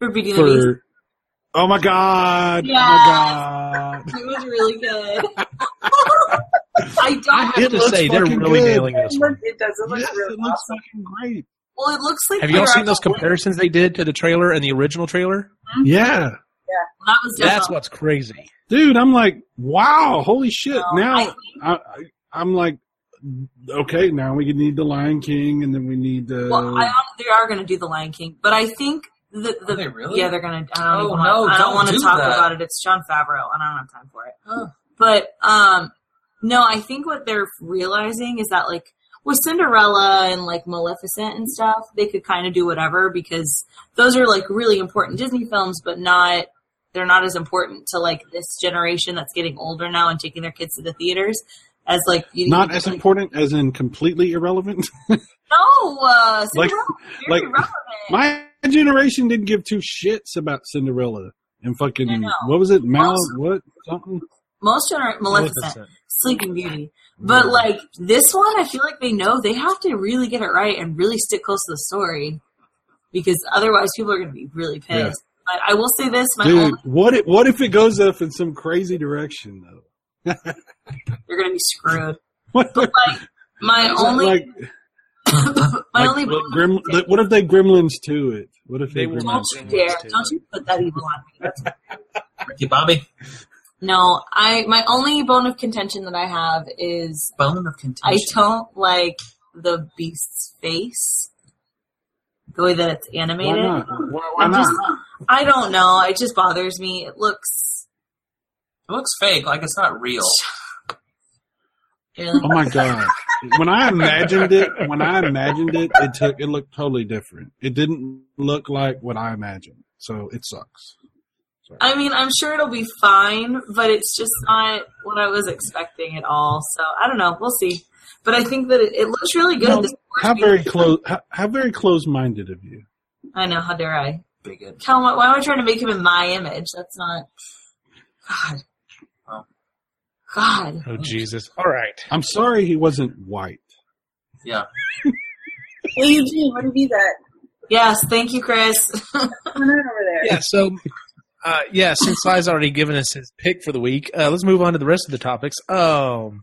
For Beauty and the Beast. for? Oh my god! Yes. Oh my god! It was really <laughs> good. I don't. I have It to looks say they're fucking really good. nailing this It, one. look, it does. It looks yes, really it looks awesome. fucking great. well, it looks like. Have y'all they're seen those actually- comparisons they did to the trailer and the original trailer? Yeah, That was That's definitely- what's crazy. dude, I'm like, wow, holy shit! No, now I I, I, I'm like, okay, now we need the Lion King, and then we need uh, the. Well, I, hon- they are going to do the Lion King, but I think the, the Uh, Are they really? yeah they're going to. I don't Oh, even no, want, I don't don't want to do talk that. about it. It's John Favreau, and I don't have time for it. But um, no, I think what they're realizing is that like with Cinderella and like Maleficent and stuff, they could kind of do whatever because those are like really important Disney films, but not they're not as important to like this generation that's getting older now and taking their kids to the theaters as like you not as like, important as in <laughs> completely irrelevant. No, uh, Like- Cinderella is very like- relevant. My generation didn't give two shits about Cinderella and fucking I know. what was it? Mal Also- what something? most general Maleficent, Sleeping Beauty. Mm-hmm. But like this one, I feel like they know they have to really get it right and really stick close to the story because otherwise people are going to be really pissed. Yeah. But I will say this, my Dude, only, what if, what if it goes up in some crazy direction though? <laughs> they're going to be screwed. What, But like my only, <laughs> like, my like, only, what, Grim, what if they gremlins to it? What if They they, will gremlins? don't you dare, don't you put that evil on me. That's Ricky Bobby. no, I my only bone of contention that I have is Bone of I contention. don't like the beast's face, the way that it's Why animated. not? Why, why I'm not? just, I don't know. It just bothers me. It looks. it looks fake, like it's not real. really- Oh my god! When I imagined it, when I imagined it, it took it looked totally different. It didn't look like what I imagined, so it sucks. Oh. I mean, I'm sure it'll be fine, but it's just not what I was expecting at all. So I don't know. We'll see. But I think that it, it looks really good. No, This How very close? How, how very close-minded of you. I know. How dare I? Bigot. How, am I- why am I trying to make him in my image? That's not. God. Oh. Wow. God. Oh Jesus! All right. I'm sorry he wasn't white. Yeah. Hey, Eugene, wouldn't be that. Yes. Thank you, Chris. Turn that over there. Yeah. So, uh, yeah. Since Sai's already given us his pick for the week, uh, let's move on to the rest of the topics. Um.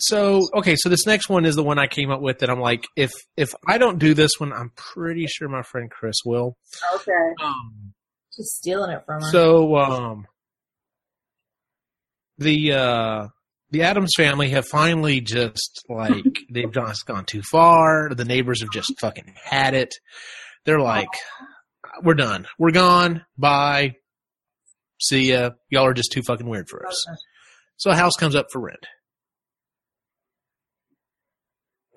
So okay, so this next one is the one I came up with that I'm like, if if I don't do this one, I'm pretty sure my friend Chris will. Okay. Um, just stealing it from her. So um, the uh, the Adams family have finally just like they've just gone too far. The neighbors have just fucking had it. They're like, we're done. We're gone. Bye. See ya. Y'all are just too fucking weird for us. So a house comes up for rent.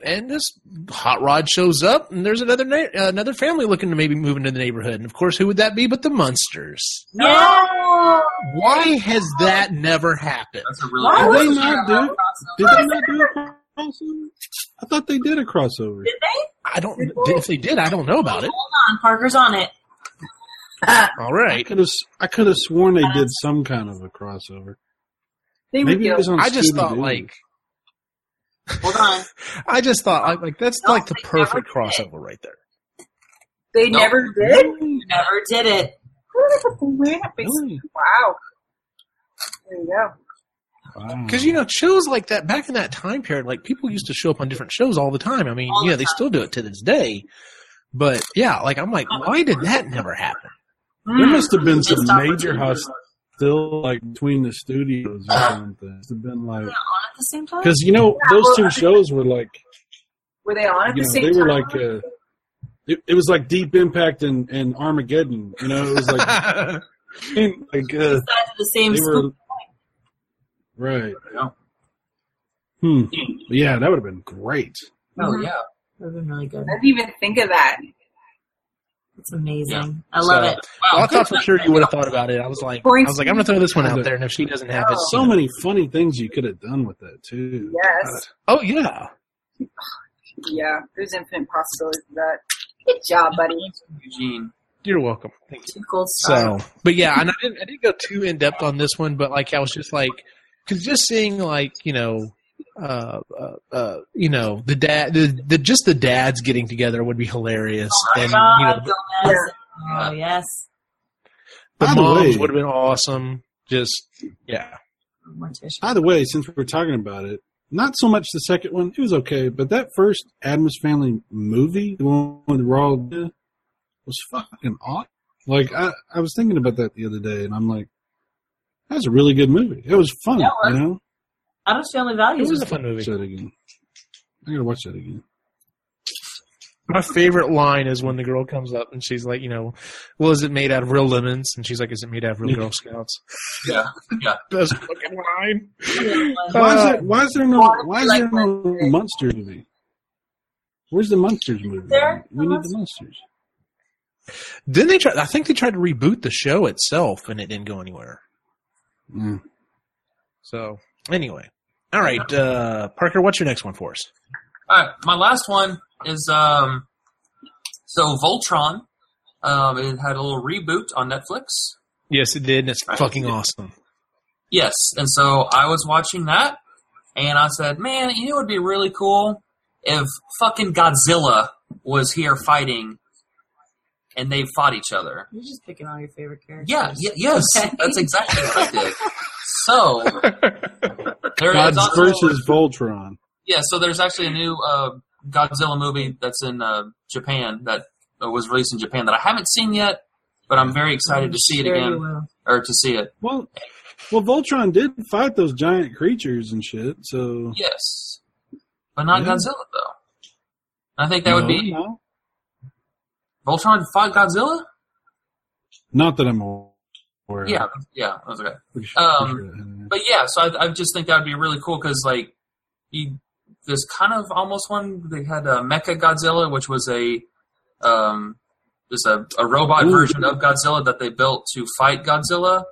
And this hot rod shows up, and there's another na- another family looking to maybe move into the neighborhood. And of course, who would that be but the Munsters? no. Why has that never happened? That's a really Why Did was they there not a do- crossover? Did they not do a crossover? I thought they did a crossover. Did they? I don't. If they did, I don't know about it. Hold on, Parker's on it. All I right. could have I could have sworn they did some kind of a crossover. They would Maybe it go. was on. I just Scooby-Doo. thought like Hold on. I just thought like, like that's No, like the they never perfect did. crossover right there. They No. never did? Never did it. Where that big- Really? Wow. There you go. Wow. Because you know shows like that back in that time period, like people used to show up on different shows all the time. I mean, All yeah, the they still do it to this day. But yeah, like I'm like, why did that never happen? There Mm. must have been some Missed major opportunity. hostility like between the studios or something. It's been Were like they on at the same time? because <laughs> you know Uh-huh. Yeah, those well, two I- shows were like Were they on at you the know same they time? were like uh, it, it was like Deep Impact and, and Armageddon. You know it was <laughs> like like uh, Sides of the same they school. were right. Yeah. Hmm. Yeah, that would have been great. Mm-hmm. Oh yeah. That would have been really good. I didn't even think of that. It's amazing. Yeah. I love So- it. Well, I thought for sure you would have thought about it. I was like, I was like, I'm gonna throw this one out there, and if she doesn't have it, So many funny things you could have done with that too. Yes. Oh yeah, Yeah. There's infinite possibilities of that. Good job, buddy. Eugene. you're welcome. Thank you. Two gold So, stars. but yeah, and I didn't, I didn't go too in depth on this one, but like I was just like, because just seeing like you know, uh, uh, uh, you know, the dad, the, the just the dads getting together would be hilarious, and you know, God, the, Gomez. Oh yes. By the the moms way- would have been awesome. Just yeah, Morticia. By the way, since we're talking about it, not so much the second one. It was okay, but that first Adams Family movie, the one with Raw, was fucking awesome. Like I, I was thinking about that the other day, and I'm like, that's a really good movie. It was fun, Yeah, it was. you know. Adam's Family it Values. was Was a fun Watch movie. that again. I gotta watch that again. My favorite line is when the girl comes up and she's like, you know, well, is it made out of real lemons? And she's like, is it made out of real Girl Scouts? Yeah. Best fucking line. Why is Uh, that? Why is there no? Why is there no monsters movie? Where's the monsters movie? There- We need the monsters. Then they tried. I think they tried to reboot the show itself, and it didn't go anywhere. Yeah. So anyway, all right, uh, Parker, what's your next one for us? All right, my last one is um, so Voltron. Um, it had a little reboot on Netflix. Yes, it did, and it's Right. fucking awesome. Yes, and so I was watching that, and I said, "Man, you know, it would be really cool if fucking Godzilla was here fighting, and they fought each other." You're just picking all your favorite characters. Yeah, y- yes, Okay. that's exactly what I did. So there is Gods also- versus Voltron. Yeah, so there's actually a new uh, Godzilla movie that's in uh, Japan that uh, was released in Japan that I haven't seen yet, but I'm very excited to see it Sure you again will. or to see it. Well, well, Voltron did fight those giant creatures and shit. So Yes, but not Yeah. Godzilla though. I think that would No, be no. Voltron fought Godzilla. not that I'm aware. of. Yeah, yeah, that was okay. Pretty sure- Um, pretty sure that happened. But yeah, so I, I just think that would be really cool because like you, there's kind of almost one they had uh, Mecha Godzilla, which was a um, just a, a robot Ooh. version of Godzilla that they built to fight Godzilla,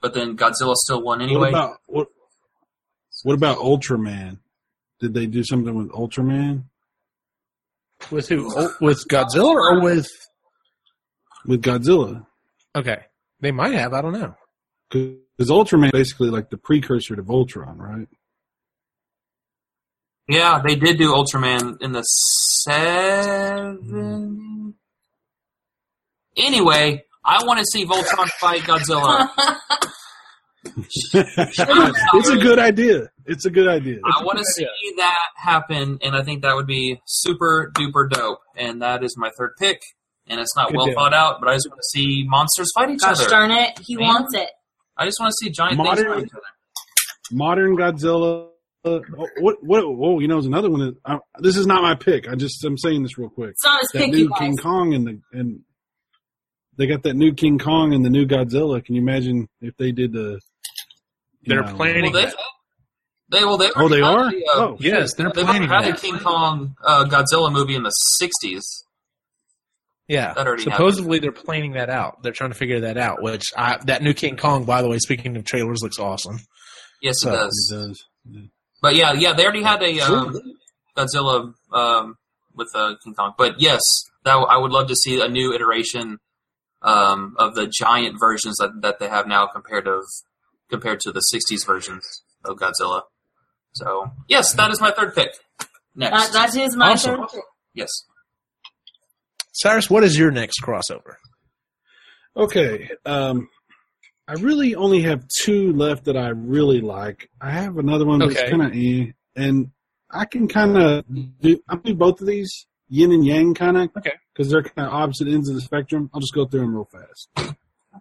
but then Godzilla still won what anyway. about what? What about Ultraman? Did they do something with Ultraman With who? Oh, with Godzilla or with? with Godzilla? Okay, they might have. I don't know. Because Ultraman basically like the precursor to Voltron, right? <laughs> yeah, they did do Ultraman in the seven. Anyway, I want to see Voltron fight Godzilla. it's a good idea. It's a good idea. I want to see that happen, and I think that would be super duper dope. And that is my third pick. And it's not Good well deal. thought out, but I just want to see monsters fight each Gosh other. darn it, he Man. wants it. I just want to see giant Modern- things fight each other. Modern Godzilla. Uh, what? What? Oh, you know, there's another one. That, I, this is not my pick. I just I'm saying this real quick. It's not his that pick, new you guys. King Kong and the and they got that new King Kong and the new Godzilla. Can you imagine if they did the? you They're know, planning. Well, that. they, they well they Oh, they already are. had The, uh, Oh, Yes, they're They've already planning had a that. King Kong uh, Godzilla movie in the '60s. Yeah, That already supposedly they're planning that out. They're trying to figure that out. Which I, that new King Kong, by the way, speaking of trailers, looks awesome. Yes, So, it it does. does. But yeah, yeah, they already had a um, Godzilla um, with uh, King Kong. But yes, that w- I would love to see a new iteration um, of the giant versions that, that they have now compared of compared to the '60s versions of Godzilla. So yes, that is my third pick. Next, That, that is my Awesome. third pick. yes, Cyrus, what is your next crossover? Okay. Um, I really only have two left that I really like. I have another one that's Okay. kind of eh, and I can kind of do. I do both of these yin and yang kind of. Okay. Because they're kind of opposite ends of the spectrum. I'll just go through them real fast.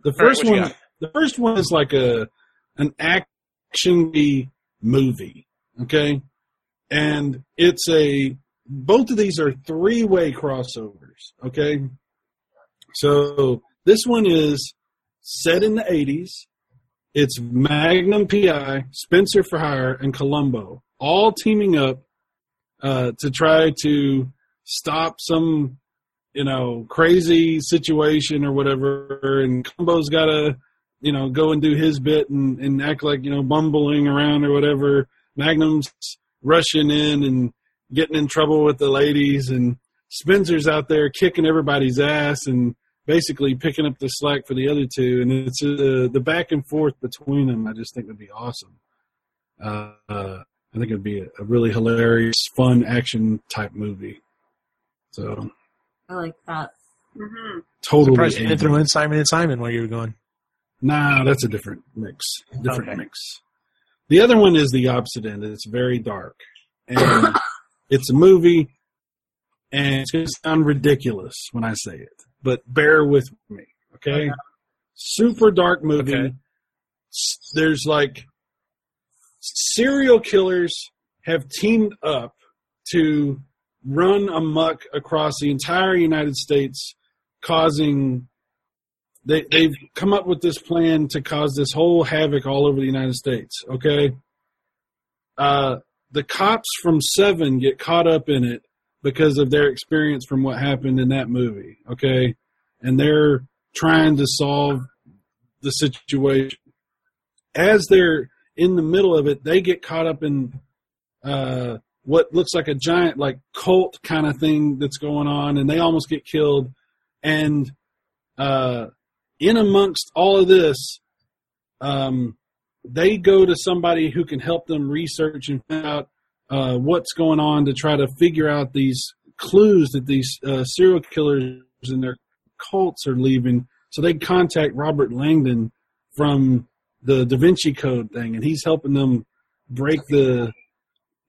The right, first what you one. The first one is like a an action movie. Okay. And it's a both of these are three way crossovers. Okay. So this one is set in the 80s. It's Magnum PI, Spencer for Hire, and Columbo all teaming up uh, to try to stop some you know, crazy situation or whatever, and Combo's got to, you know, go and do his bit and, and act like, you know, bumbling around or whatever. Magnum's rushing in and getting in trouble with the ladies, and Spencer's out there kicking everybody's ass and basically picking up the slack for the other two. And it's uh, the back and forth between them, I just think would be awesome. Uh, uh, I think it would be a, a really hilarious, fun action type movie. So I like that. hmm totally. Surprised you didn't throw in Simon and Simon while you were going. Nah, that's a different mix. Different Okay. mix. The other one is the opposite end. It's very dark, <coughs> and it's a movie, and it's going to sound ridiculous when I say it, but bear with me, okay? Super dark movie. Okay. S- There's like serial killers have teamed up to run amok across the entire United States, causing they, they've come up with this plan to cause this whole havoc all over the United States. Okay. Uh, the cops from Seven get caught up in it because of their experience from what happened in that movie. Okay. And they're trying to solve the situation. As they're in the middle of it, they get caught up in uh, what looks like a giant, like cult kind of thing that's going on, and they almost get killed. And uh, in amongst all of this, um, they go to somebody who can help them research and find out uh, what's going on to try to figure out these clues that these uh, serial killers and their cults are leaving. So they contact Robert Langdon from the Da Vinci Code thing, and he's helping them break the,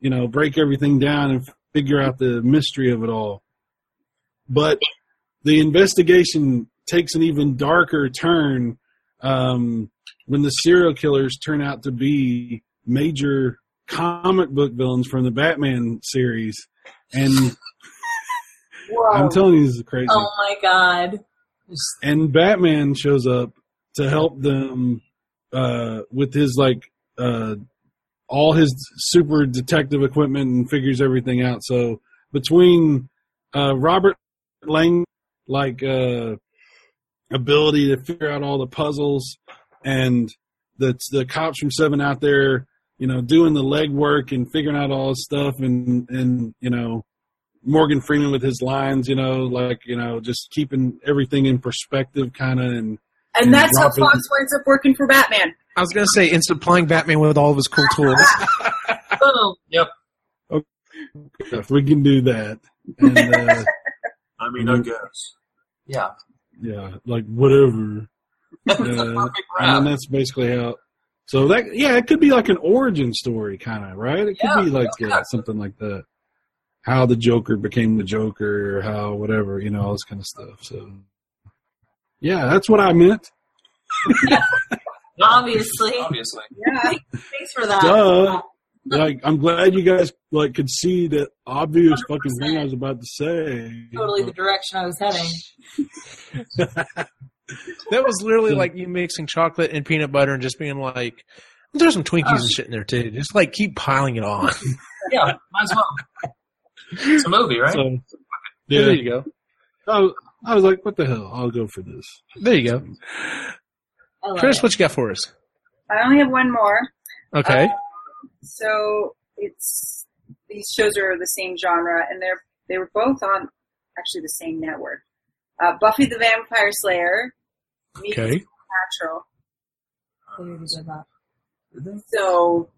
you know, break everything down and figure out the mystery of it all. But the investigation takes an even darker turn um, when the serial killers turn out to be major comic book villains from the Batman series. And I'm telling you, this is crazy. Oh my god. And Batman shows up to help them uh, with his like uh, all his super detective equipment and figures everything out. So between uh, Robert Lang like uh, ability to figure out all the puzzles and the the cops from Seven out there, you know, doing the legwork and figuring out all this stuff and and you know. Morgan Freeman with his lines, you know, like, you know, just keeping everything in perspective kind of and And that's how Robin- Fox winds up working for Batman. I was gonna say, in supplying Batman with all of his cool tools. Boom. Yep. If we can do that. And <laughs> uh, I mean, I guess. Yeah. yeah, like whatever. <laughs> Uh, Perfect and wrap. that's basically how. So that yeah, it could be like an origin story kind of right. It could Yeah, be like yeah. yeah, something like that. How the Joker became the Joker, or how whatever you know, all this kind of stuff. So yeah, that's what I meant. Obviously. <laughs> Obviously. Yeah. Thanks for that. Duh. Like I'm glad you guys like could see that obvious fucking thing I was about to say. Totally the direction I was heading. That was literally like you mixing chocolate and peanut butter and just being like, there's some Twinkies and shit in there too. Just like keep piling it on. Yeah, might as well. It's a movie, right? So, There yeah, you go. I, I was like, what the hell? I'll go for this. <laughs> There you go. I love Chris, it. what you got for us? I only have one more. Okay. So it's these shows are the same genre, and they're they were both on actually the same network. Uh, Buffy the Vampire Slayer, meets Okay. Natural. They already did that. So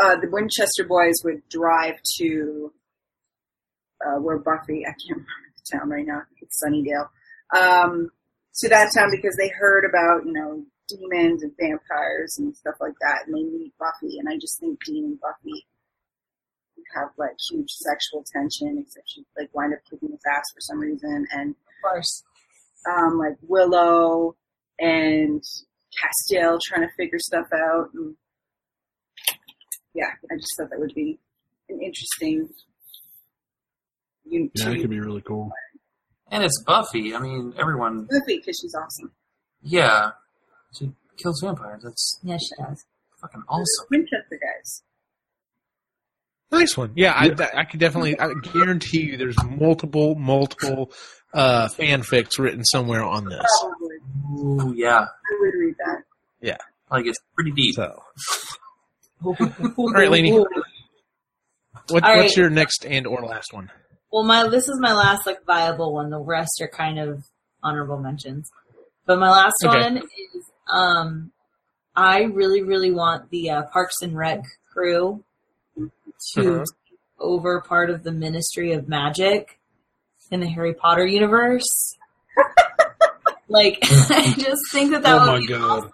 uh, the Winchester boys would drive to uh, where Buffy. I can't remember the town right now. It's Sunnydale. Um, to that town because they heard about you know demons and vampires and stuff like that, and they meet Buffy. And I just think Dean and Buffy have like huge sexual tension, except she like wind up kicking his ass for some reason, and Of course. um, like Willow and Castiel trying to figure stuff out. And yeah, I just thought that would be an interesting. You Yeah, it could be really cool. And it's Buffy. I mean, everyone. because she's awesome. Yeah. She kills vampires. That's Yeah, she does. fucking awesome. Winchester guys. Nice one. Yeah, I, Yeah. I, I could definitely. I guarantee you, there's multiple, multiple uh, fanfics written somewhere on this. Probably. Ooh, yeah. Um, I would read that. Like it's pretty deep. So, all right, Lainey, what, All what's right. your next and or last one? Well, my this is my last like viable one. The rest are kind of honorable mentions. But my last Okay. one is um, I really really want the uh, Parks and Rec crew to Mm-hmm. Uh-huh. take over part of the Ministry of Magic in the Harry Potter <laughs> universe. like <laughs> I just think that that Oh my would be God. awesome.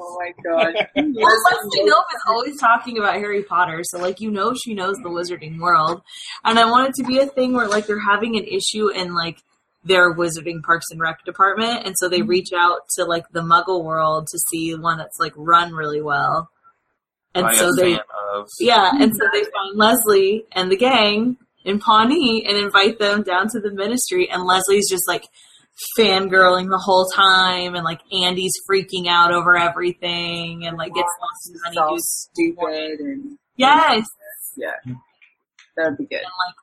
Oh my god. Well, Leslie Nope is always talking about Harry Potter, so like you know she knows the wizarding world. And I want it to be a thing where like they're having an issue in like their wizarding parks and rec department, and so they reach out to like the muggle world to see one that's like run really well. And I so am a they fan of Yeah, and so they find Leslie and the gang in Pawnee and invite them down to the ministry and Leslie's just like fangirling the whole time and like Andy's freaking out over everything and like gets lost in So Money's stupid and Yes. that'd be good. And like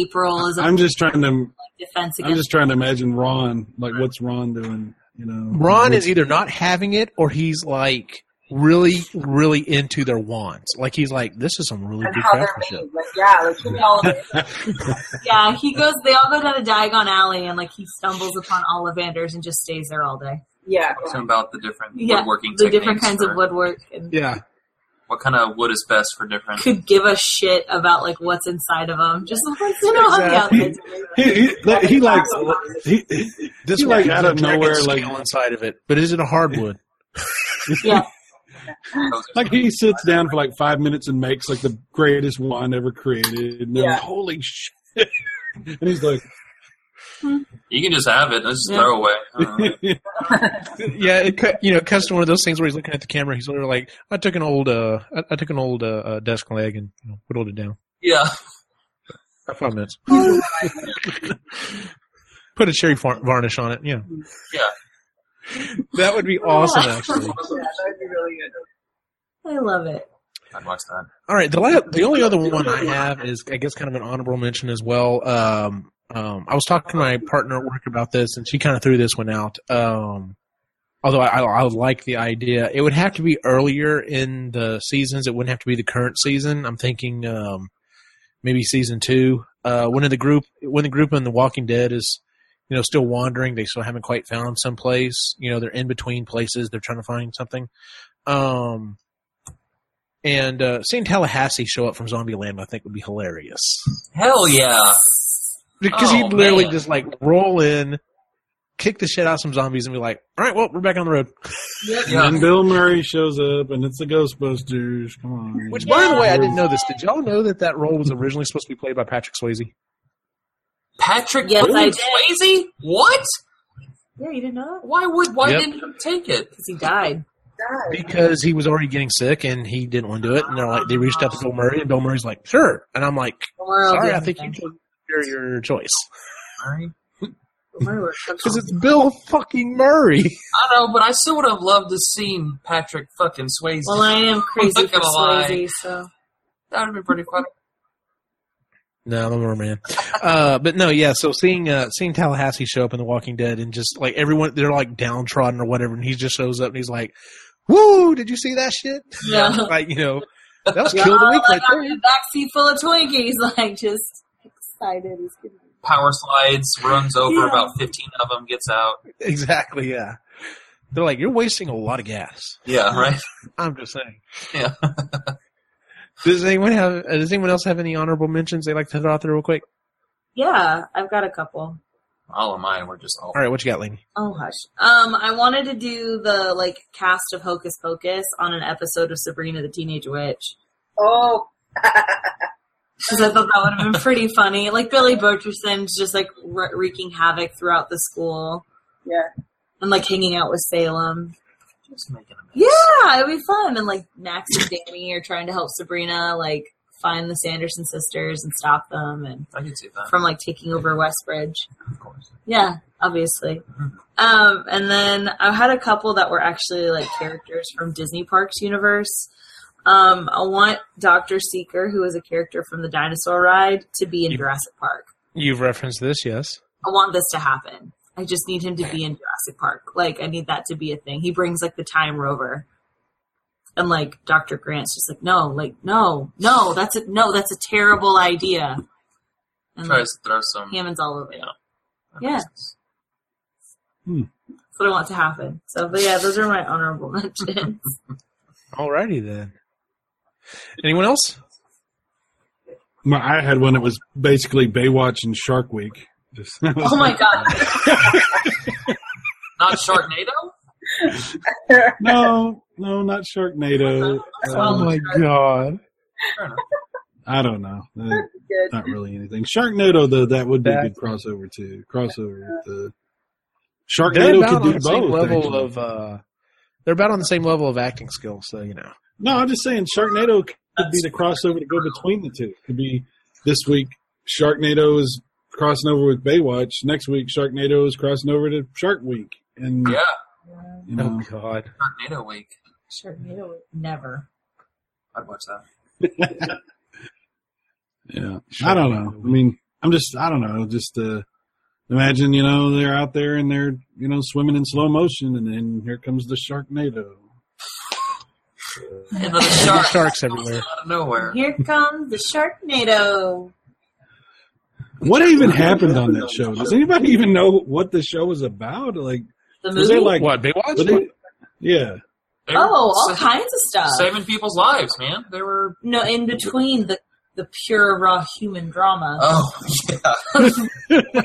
April is a I'm just trying to. defense I'm against just trying to imagine Ron. Like, what's Ron doing? You know, Ron What's- is either not having it or he's like really, really into their wands. Like he's like, this is some really And good how they're craftsmanship. made. Like yeah, like you know <laughs> Yeah, he goes they all go down the Diagon Alley and like he stumbles upon Ollivander's and just stays there all day. yeah. something about the different Yeah, woodworking The techniques different kinds or of woodwork and Yeah, What kind of wood is best <laughs> for different? could give a shit about like what's inside of them. Just what's you know on the outside. He, he, like, he likes. He, this He, one like, has out a of jagged nowhere, like- scale inside of it, but is it a hardwood? like he sits down for like five minutes and makes like the greatest wand ever created. And they're Yeah. like, Holy shit! <laughs> and he's like, <laughs> you can just have it. Let's just Yeah. throw away. I <laughs> don't <laughs> know. yeah, it cu- you know, cuts to one of those things where he's looking at the camera. He's literally like, "I took an old, uh, I, I took an old uh, uh, desk leg and you know, whittled it down yeah. About five <laughs> minutes. Put a cherry var- varnish on it. Yeah, Yeah. that would be <laughs> awesome. Actually, Yeah, that'd be really good. I love it. I'd watch that. all right. The la- the only other one I have is, I guess, kind of an honorable mention as well. Um, um, I was talking to my partner at work about this, and she kind of threw this one out. Um, although I, I, I like the idea, it would have to be earlier in the seasons. It wouldn't have to be the current season. I'm thinking um, maybe season two. Uh, when the group, when the group in The Walking Dead is, you know, still wandering, they still haven't quite found some place. You know, they're in between places. They're trying to find something. Um, and uh, seeing Tallahassee show up from Zombieland, I think, would be hilarious Hell yeah. because Oh, he'd literally man. just like roll in, kick the shit out of some zombies, and be like, "All right, well, we're back on the road." Yeah. and Bill Murray shows up, and it's the Ghostbusters. Come on. Which, by the way, I didn't know this. Did y'all know that that role was originally supposed to be played by Patrick Swayze? Patrick Yes, I Swayze? did. What? Yeah, you didn't know Why would? Why Yep. didn't you take it? because he died. God. Because he was already getting sick and he didn't want to do it. And they're like, they reached out to Bill Murray, and Bill Murray's like, "Sure." And I'm like, The Oh, world "Sorry, I isn't think you chose your, your choice Alright. the world. because it's Oh. Bill fucking Murray." I know, but I still would have loved to see Patrick fucking Swayze. Well, I am crazy Look for at a Swayze, so that would have been pretty fun. No, I'm a merman. uh, but no, yeah. So seeing uh, seeing Tallahassee show up in The Walking Dead and just like everyone, they're like downtrodden or whatever, and he just shows up and he's like, "Woo! Did you see that shit?" yeah. <laughs> Like you know, that was Yeah, kill of the week like right I'm in there. a backseat full of Twinkies, <laughs> like just excited. as can be. Power slides, runs over Yeah. about fifteen of them, gets out. <laughs> Exactly. Yeah. They're like, "You're wasting a lot of gas." Yeah, right. I'm just saying. Yeah. <laughs> does anyone have? uh, Does anyone else have any honorable mentions they like to throw out there real quick? Yeah, I've got a couple. All of mine were just all. All right, what you got, Lainey? Oh hush. Um, I wanted to do the like cast of Hocus Pocus on an episode of Sabrina the Teenage Witch. <laughs> Oh because I thought that would have been pretty funny. Like Billy Butcherson's just like re- wreaking havoc throughout the school yeah. and like hanging out with Salem. Just making a Yeah, it'd be fun. And like Max and Danny are trying to help Sabrina like find the Sanderson sisters and stop them and I can see that. from like taking over Westbridge. Of course. Yeah, obviously. Um, and then I had a couple that were actually like characters from Disney Parks universe. Um, I want Doctor Seeker, who is a character from the dinosaur ride, to be in You- Jurassic Park. You've referenced this, yes. I want this to happen. I just need him to be in Jurassic Park. Like, I need that to be a thing. He brings like the time rover, and like Dr. Grant's just like, no, like, no, no, that's a no, that's a terrible idea. And like, Tries to throw some. Hammond's all over it. Yeah. That's what I want to happen. So, but yeah, those are my honorable <laughs> mentions. Alrighty then. Anyone else? My, I had one that was basically Baywatch and Shark Week. <laughs> Just- oh my god, Not <laughs> Sharknado? No, no, not Sharknado. Oh Uh, my god. Fair enough. I don't know. Uh, Good. not really anything. Sharknado though, that would be a That- good crossover too. Crossover with the They're Sharknado about could on do the same both. level actually. of uh they're about on the same level of acting skills, so you know. No, I'm just saying Sharknado could be the crossover to go between the two. Could be this week Sharknado is crossing over with Baywatch. Next week Sharknado is crossing over to Shark Week. And Yeah, you know, god. Sharknado week. Sharknado never. I'd watch that. yeah. I don't know. I mean, I'm just I don't know. Just uh, imagine you know they're out there and they're you know swimming in slow motion, and then here comes the Sharknado. Another shark. <laughs> Sharks comes everywhere. Out of nowhere. Here comes the Sharknado. What even happened on that show? Does anybody even know what the show was about? Like, The was there movie. like What, were Baywatch? they- yeah. They were Oh, all sa- kinds of stuff. Saving people's lives, man. They were. No, in between the the pure raw human drama. Oh, <laughs> yeah.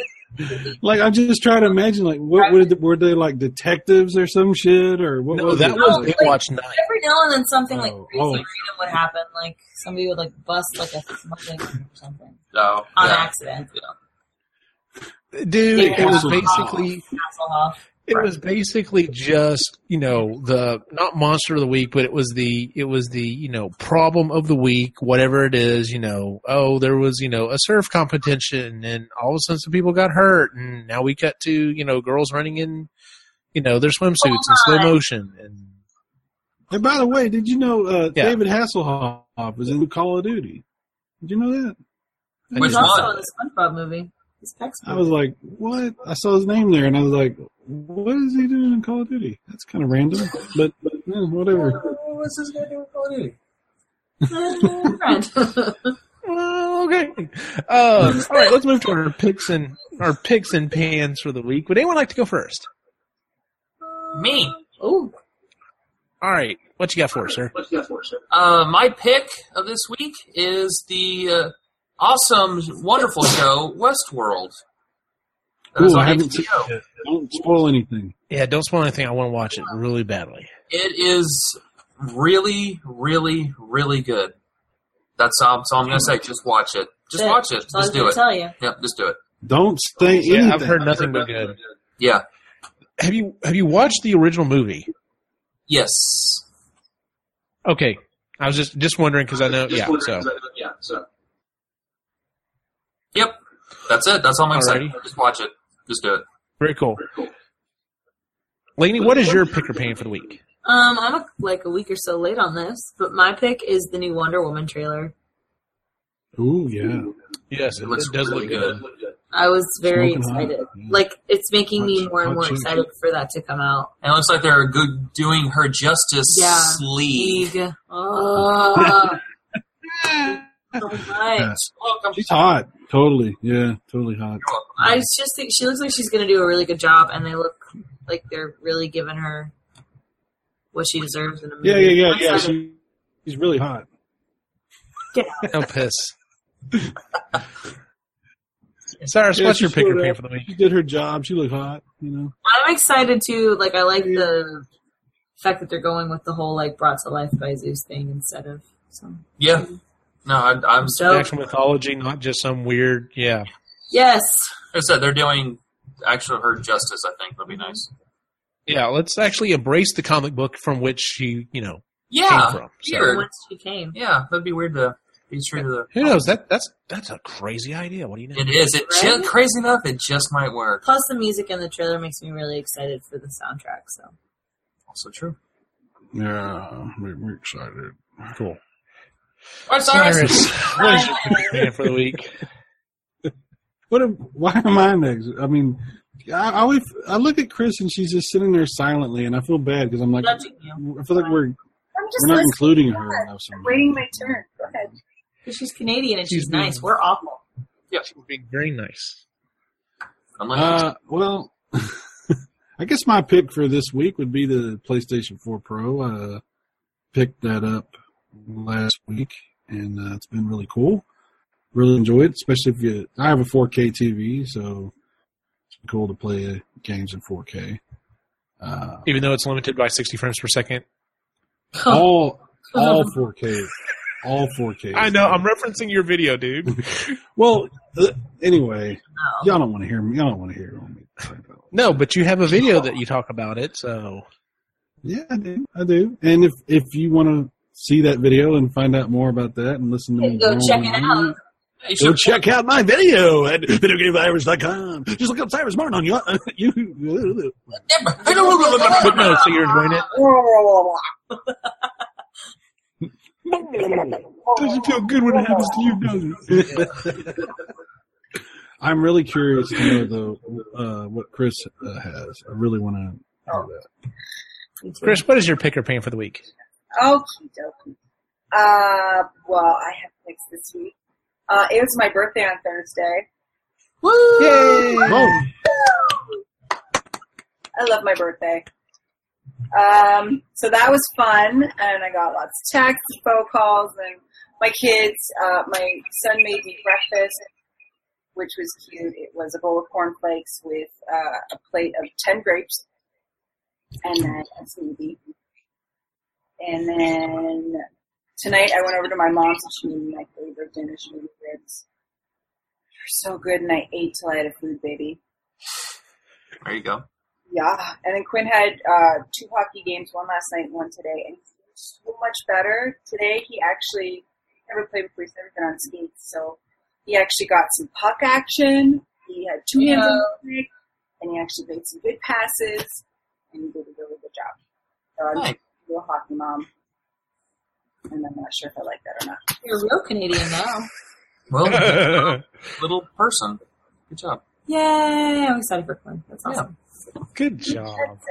Like I'm just trying to imagine, like what were they, were they like detectives or some shit or what No, was that it? was like- Baywatch night. Every now and then, something like Oh, crazy oh. random would happen. Like somebody would like bust like a something or something No. on oh, yeah. accident. Dude, it Yeah. was basically Hasselhoff. it was basically just you know the not monster of the week but it was the it was the you know problem of the week whatever it is you know oh there was you know a surf competition and all of a sudden some people got hurt and now we cut to you know girls running in you know their swimsuits in slow motion and And by the way, did you know uh, Yeah. David Hasselhoff was in Call of Duty? Did you know that? He was Which also one? in the SpongeBob movie. His pecs. I was like, what? I saw his name there, and I was like, what is he doing in Call of Duty? That's kind of random, but, but yeah, whatever. What's this guy doing Call of Duty? Uh, <laughs> friend. Well, okay uh, all right let's move to our picks and our picks and pans for the week would anyone like to go first Me. oh, all right what you got for us, sir Uh, my pick of this week is the uh, awesome, wonderful show Westworld. That is Ooh, I on haven't seen HBO. it. Don't spoil anything. yeah don't spoil anything i want to watch it really badly It is really, really, really good. That's all, that's all I'm going to say. Just watch it. Just shit. watch it. That's all I was Just do gonna it. Tell you. Yep, just do it. Don't say Yeah, anything. I've heard nothing but good. Yeah. Have you have you watched the original movie? Yes. Okay, I was just just wondering because I know. Yeah, so yeah, so. Yep. That's it. That's all I'm going to say. Alrighty. Just watch it. Just do it. very cool. Lainey, what is your picker pain for the week? Um, I'm a, like a week or so late on this, but my pick is the new Wonder Woman trailer. Ooh, yeah. Yes, it, looks does really look good. I was very Smoking hot. excited. Yeah. Like it's making me Hot- more and hot more chick. excited for that to come out. And it looks like they're good doing her justice Yeah. sleeve. League. <laughs> Oh. so much. Welcome. She's hot. Totally. Yeah, totally hot. I just think she looks like she's going to do a really good job, and they look like they're really giving her what she deserves in a movie. Yeah, yeah, yeah, I'm yeah. excited. She, she's really hot. No Oh, piss. Cyrus, what's she your picker showed pain up. for the week? She did her job. She looked hot, you know. I'm excited too. Like I like the fact that they're going with the whole like brought to life by Zeus thing instead of some. Yeah. No, I, I'm. So- Actual mythology, not just some weird. Yeah, Yes, I said they're doing actual her justice. I think would be nice. yeah. Let's actually embrace the comic book from which she, you know, Yeah, came from. So. Weird. once she came. yeah, that'd be weird to be true to the. Who knows? That that's that's a crazy idea. What do you know? It is. It ju- Right? crazy enough. It just might work. Plus, the music in the trailer makes me really excited for the soundtrack. So Also true. Yeah, we- we're excited. Cool. All right, Cyrus. <laughs> Cyrus, what is your plan for the week? What? Am, why am I next? I mean, I, I always I look at Chris and she's just sitting there silently, and I feel bad because I'm like, I Judging you. feel like we're I'm just we're not listening. including her enough. I'm somehow. waiting my turn. Go ahead. 'Cause She's Canadian and she's, She's nice. nice. We're awful. She's being very nice. I'm like, Uh, well, <laughs> I guess my pick for this week would be the PlayStation 4 Pro. Uh, picked that up last week, and uh, it's been really cool. Really enjoy it, especially if you. I have a 4K TV, so it's cool to play games in 4K. Uh, Even though it's limited by 60 frames per second. all all 4K, all 4K. I know. I'm referencing your video, dude. well. uh, Anyway, No. y'all don't want to hear me. Y'all don't want to hear me. talk about <laughs> no, but you have a video that you talk about it, so. Yeah, I do. I do. And if if you want to see that video and find out more about that and listen to me, Go check it groan, out. you Go should check out my video at videogamevirus.com. Just look up Cyrus Martin on uh, <laughs> you. you But no, so you're enjoying it? doesn't feel good when it happens to you, does it? <laughs> I'm really curious to know though uh, what Chris uh, has. I really want to hear that. Chris, what is your pick or pan for the <laughs> week? Okie dokie. Uh, well, I have picks this week. Uh, it was my birthday on Thursday. Oh, I love my birthday. Um, so that was fun, and I got lots of texts, phone calls, and my kids. Uh, my son made me breakfast, which was cute. It was a bowl of cornflakes with uh, a plate of ten grapes, and then a smoothie. And then tonight, I went over to my mom's, and she made me my favorite dinner. She made me ribs. They're so good, and I ate till I had a food baby. There you go. Yeah, and then Quinn had uh, two hockey games, one last night and one today, and he's doing so much better. Today he actually never played before, he's never been on skates, so he actually got some puck action. He had two hands on the stick, and he actually made some good passes, and he did a really good job. So I'm Nice. a real hockey mom, and I'm not sure if I like that or not. You're a real Canadian now. <laughs> Well, Good little person. Good job. Yay! I'm excited for Quinn. That's Yeah. awesome. job. That's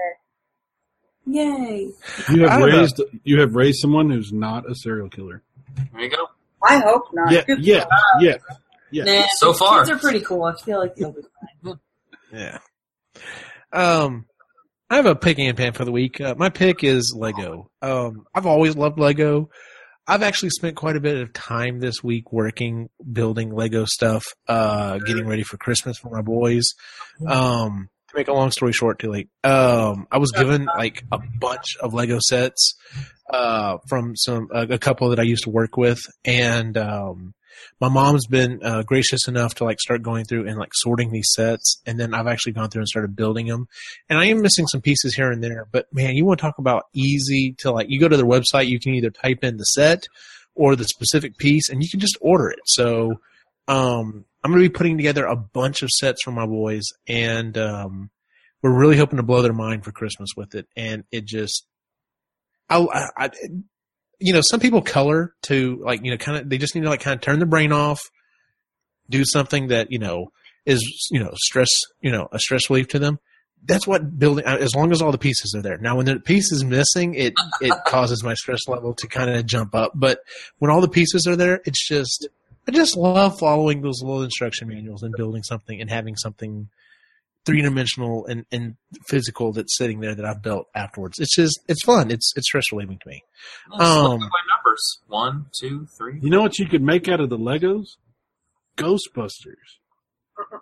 it. Yay! you I have don't know. raised you have raised someone who's not a serial killer. There you go. I hope not. Yeah, Good yeah, luck. yeah. Nah, So far. kids are pretty cool. I feel like they'll be fine. Yeah. Um, I have a pick and pan for the week. Uh, my pick is Lego. Um, I've always loved Lego. I've actually spent quite a bit of time this week working, building Lego stuff, uh, getting ready for Christmas for my boys. Um, to make a long story short, too late. Um, I was given like a bunch of Lego sets, uh, from some, a, a couple that I used to work with. And, um, my mom's been uh, gracious enough to like start going through and like sorting these sets and then i've actually gone through and started building them and i am missing some pieces here and there but man you want to talk about easy to like you go to their website you can either type in the set or the specific piece and you can just order it so um i'm going to be putting together a bunch of sets for my boys and um we're really hoping to blow their mind for christmas with it and it just I, I, I you know, some people color to like, you know, kind of, they just need to like kind of turn their brain off, do something that, you know, is, you know, stress, you know, a stress relief to them. That's what building, as long as all the pieces are there. Now, when the piece is missing, it, it causes my stress level to kind of jump up. But when all the pieces are there, it's just, I just love following those little instruction manuals and building something and having something three dimensional and, and physical that's sitting there that I've built afterwards. It's just, it's fun. It's, it's stress relieving to me. Let's look Um, at my numbers. One, two, <laughs> three. You know what you could make out of the Legos? Ghostbusters.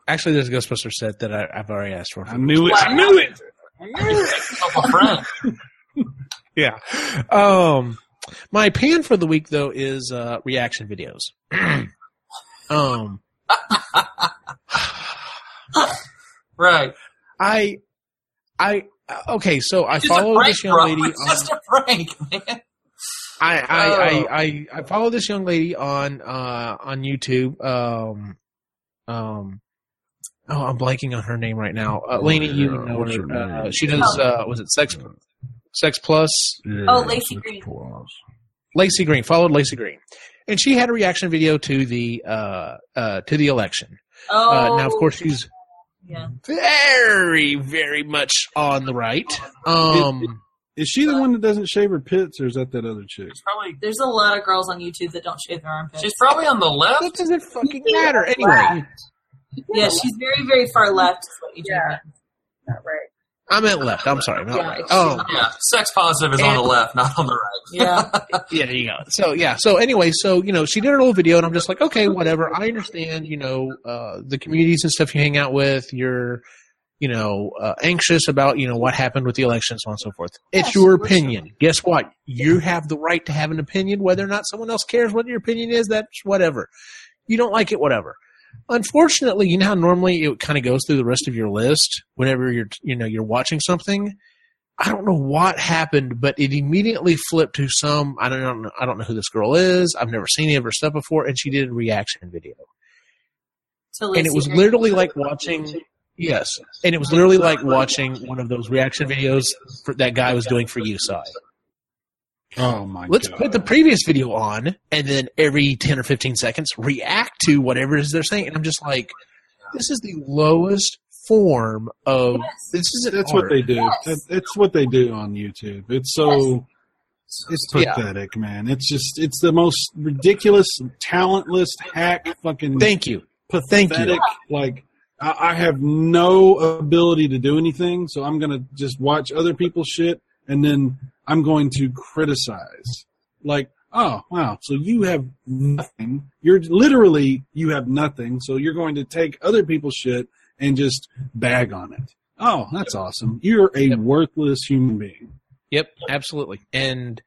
Actually, there's a Ghostbuster set that I, I've already asked for. I knew it. Wow. I knew it. Help a friend. Yeah. Um, my pan for the week though is uh, reaction videos. <clears throat> um, Right. I, I uh, okay. So I It's just a follow prank, this young bro. <laughs> lady. It's On, just a prank, man. I, Oh. I, I, I, I follow this young lady on uh, on YouTube. Um, um. Oh, I'm blanking on her name right now. Uh, Lainey, you Yeah, know what's her. her name? Uh, she does. Uh, was it Sex Sex Plus, Oh, Lacey Green. Lacey Green followed Lacey Green, and she had a reaction video to the uh, uh, to the election. Oh, Uh, now, of course, she's yeah. very, very much on the right. Um, Is she the one that doesn't shave her pits, or is that that other chick? She's probably There's a lot of girls on YouTube that don't shave their armpits. she's probably on the what left. does it fucking matter anyway? yeah, she's very, very far left. Is what you Yeah. meant. Not right. I'm at left. I'm sorry. I'm not Yeah, right. she's Oh, Yeah, sex positive is on the left, not on the right. Yeah. yeah, there you go. So yeah, so anyway, so you know, she did her little video, and I'm just like, okay, whatever. I understand, you know, uh, the communities and stuff you hang out with. You're, you know, uh, anxious about you know what happened with the election, so on and so forth. It's your opinion. Guess what? You have the right to have an opinion, whether or not someone else cares what your opinion is. That's whatever. You don't like it, whatever. Unfortunately, you know how normally it kind of goes through the rest of your list whenever you're you know you're watching something. I don't know what happened, but it immediately flipped to some. I don't know. I don't know who this girl is. I've never seen any of her stuff before, and she did a reaction video, To and it Lacey was Green. literally like watching. Yes, and it was literally like watching one of those reaction videos for, that guy was doing for you. Side. Oh my Let's god! put the previous video on, and then every ten or fifteen seconds, react to whatever it is they're saying. And I'm just like, this is the lowest form of Yes. this isn't That's art. what they do. Yes. That, that's what they do on YouTube. It's so it's Yeah. pathetic, man. It's just it's the most ridiculous, talentless hack fucking Thank you. pathetic. thank you. Like I, I have no ability to do anything, so I'm gonna just watch other people's shit and then I'm going to criticize. Like, oh wow, so you have nothing. You're literally you have nothing, so you're going to take other people's shit and just bag on it. Oh, that's awesome. You're a Yep. worthless human being. Yep, absolutely. And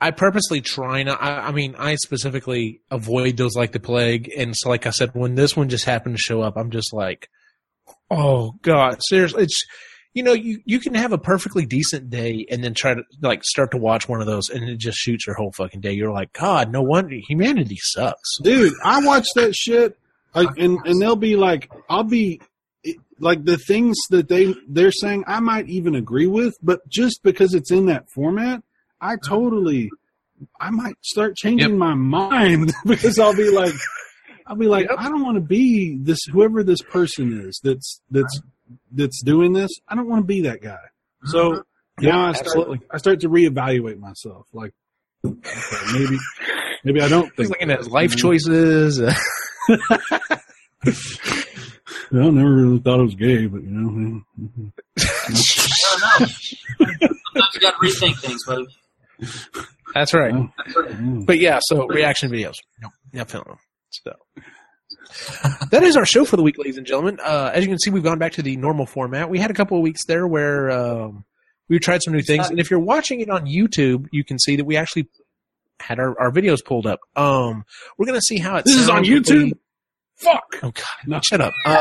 I purposely try not. I, I mean, I specifically avoid those like the plague. And so, like I said, when this one just happened to show up, I'm just like, oh god, seriously. It's you know, you you can have a perfectly decent day and then try to like start to watch one of those, and it just shoots your whole fucking day. You're like, God, no wonder humanity sucks. dude. I watch that shit, like, and and they'll be like, I'll be it- like the things that they they're saying, I might even agree with, but just because it's in that format, I totally, I might start changing my mind <laughs> because I'll be like, I'll be like, I don't want to be this whoever this person is that's that's that's doing this. I don't want to be that guy. So now I start absolutely. I start to reevaluate myself, like. okay, maybe, maybe I don't He's think looking at his life Mhm. choices. <laughs> Yeah, I never really thought it was gay, but you know. yeah. I <laughs> don't know. Sometimes you got to rethink things, buddy. That's right. Mm. But yeah, so reaction videos. No, not feeling them. So that is our show for the week, ladies and gentlemen. Uh, as you can see, we've gone back to the normal format. We had a couple of weeks there where um, we tried some new things, and if you're watching it on YouTube, you can see that we actually had our, our videos pulled up. Um, we're gonna see how it. This is on sounds before YouTube? we- Fuck. Oh God! No. Shut up. Uh,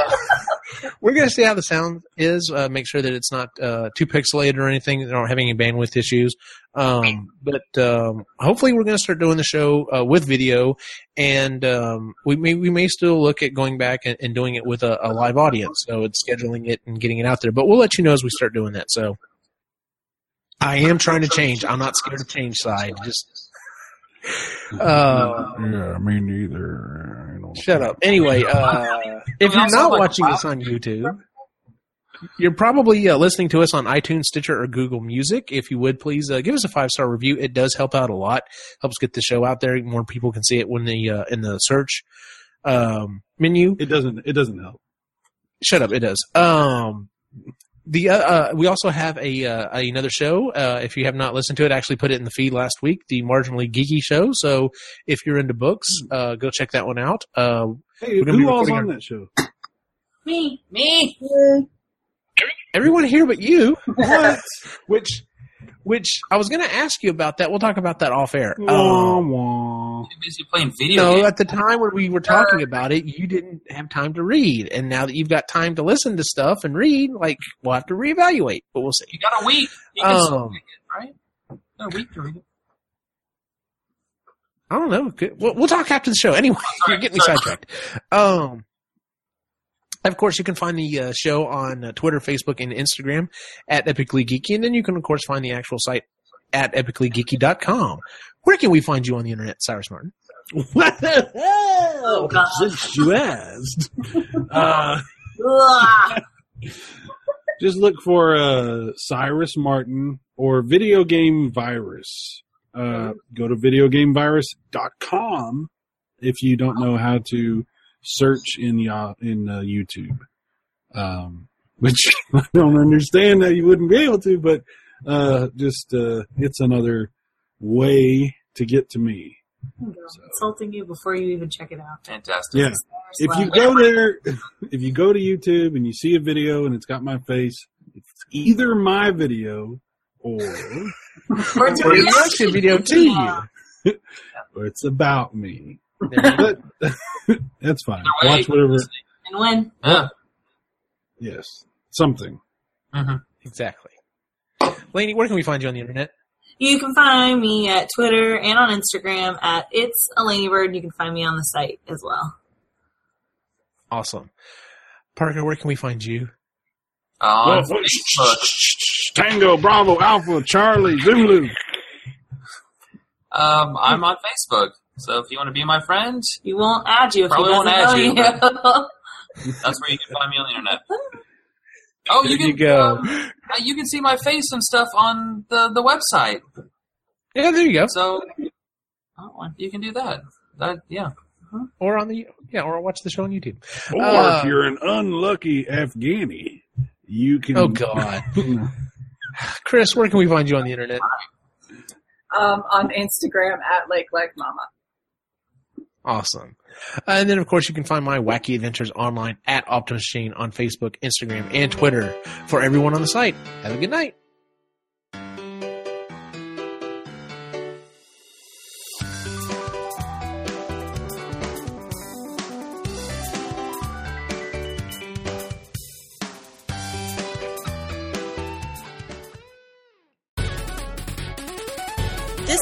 <laughs> we're gonna see how the sound is. Uh, make sure that it's not uh, too pixelated or anything. They don't have any bandwidth issues. Um, but um, hopefully, we're gonna start doing the show uh, with video, and um, we may we may still look at going back and, and doing it with a, a live audience. So it's scheduling it and getting it out there. But we'll let you know as we start doing that. So. I am trying to change. I'm not scared of change side. Just uh, Yeah, me neither. <laughs> I don't Shut up. Anyway, uh, if you're not watching this on YouTube, you're probably uh, listening to us on iTunes, Stitcher, or Google Music. If you would please uh, give us a five star review, it does help out a lot. Helps get the show out there. More people can see it when the uh, in the search um, menu. It doesn't. It doesn't help. Shut up. It does. Um, the uh, uh, we also have a uh, another show. Uh, if you have not listened to it, I actually put it in the feed last week. The marginally geeky show. So if you're into books, uh, go check that one out. Uh, Hey, We're gonna be who all's recording on our- that show? me, me. everyone here but you. What? <laughs> which, which I was going to ask you about that. We'll talk about that off air. Wah, Um, wah. Too busy playing video no, games. at the time when we were talking about it, you didn't have time to read, and now that you've got time to listen to stuff and read, like we'll have to reevaluate. But we'll see. You got a week. You can still Um, read it, right? Got a week to read it. I don't <laughs> know. Good- We'll, we'll talk after the show. Anyway, you're getting me sidetracked. Um, And of course, you can find the uh, show on uh, Twitter, Facebook, and Instagram at Epically Geeky. And then you can, of course, find the actual site at epicallygeeky.com. Where can we find you on the internet, Cyrus <laughs> Martin? What the Oh, hell? God. Since you asked. Uh, Ugh. just look for uh, Cyrus Martin or Video Game Virus. Uh, go to videogamevirus.com if you don't know how to search in Yah in uh, YouTube, um, <laughs> which I don't understand that you wouldn't be able to, but uh, just uh, it's another way to get to me. I'm insulting you before you even check it out. Fantastic. Yeah. if you go there, if you go to YouTube and you see a video and it's got my face, it's either my video <laughs> or, Or Or do a you- reaction video to you. <laughs> or it's about me. There But <laughs> that's fine. Either way, Watch whatever. and when? Yeah. Yes, something. Exactly. Laney, where can we find you on the internet? You can find me at Twitter and on Instagram at It's Elaine Bird. You can find me on the site as well. Awesome. Parker, where can we find you? Oh, On Well, Facebook. Tango, Bravo, Alpha, Charlie, Zulu. Um, I'm on Facebook. So if you want to be my friend, You won't add you if Probably he won't doesn't add know you. that's where you can find me on <laughs> the internet. Oh, you There can you go. um, uh, you can see my face and stuff on the the website. Yeah, there you go. So oh, That one. you can do that. That yeah. Or on the yeah, or watch the show on YouTube. Or Uh, if you're an unlucky Afghani, you can. Oh God, <sighs> Chris, where can we find you on the internet? Um, on Instagram at Lake Like Mama. Awesome. Uh, And then, of course, you can find my wacky adventures online at Optimus Shane on Facebook, Instagram, and Twitter. For everyone on the site, have a good night. This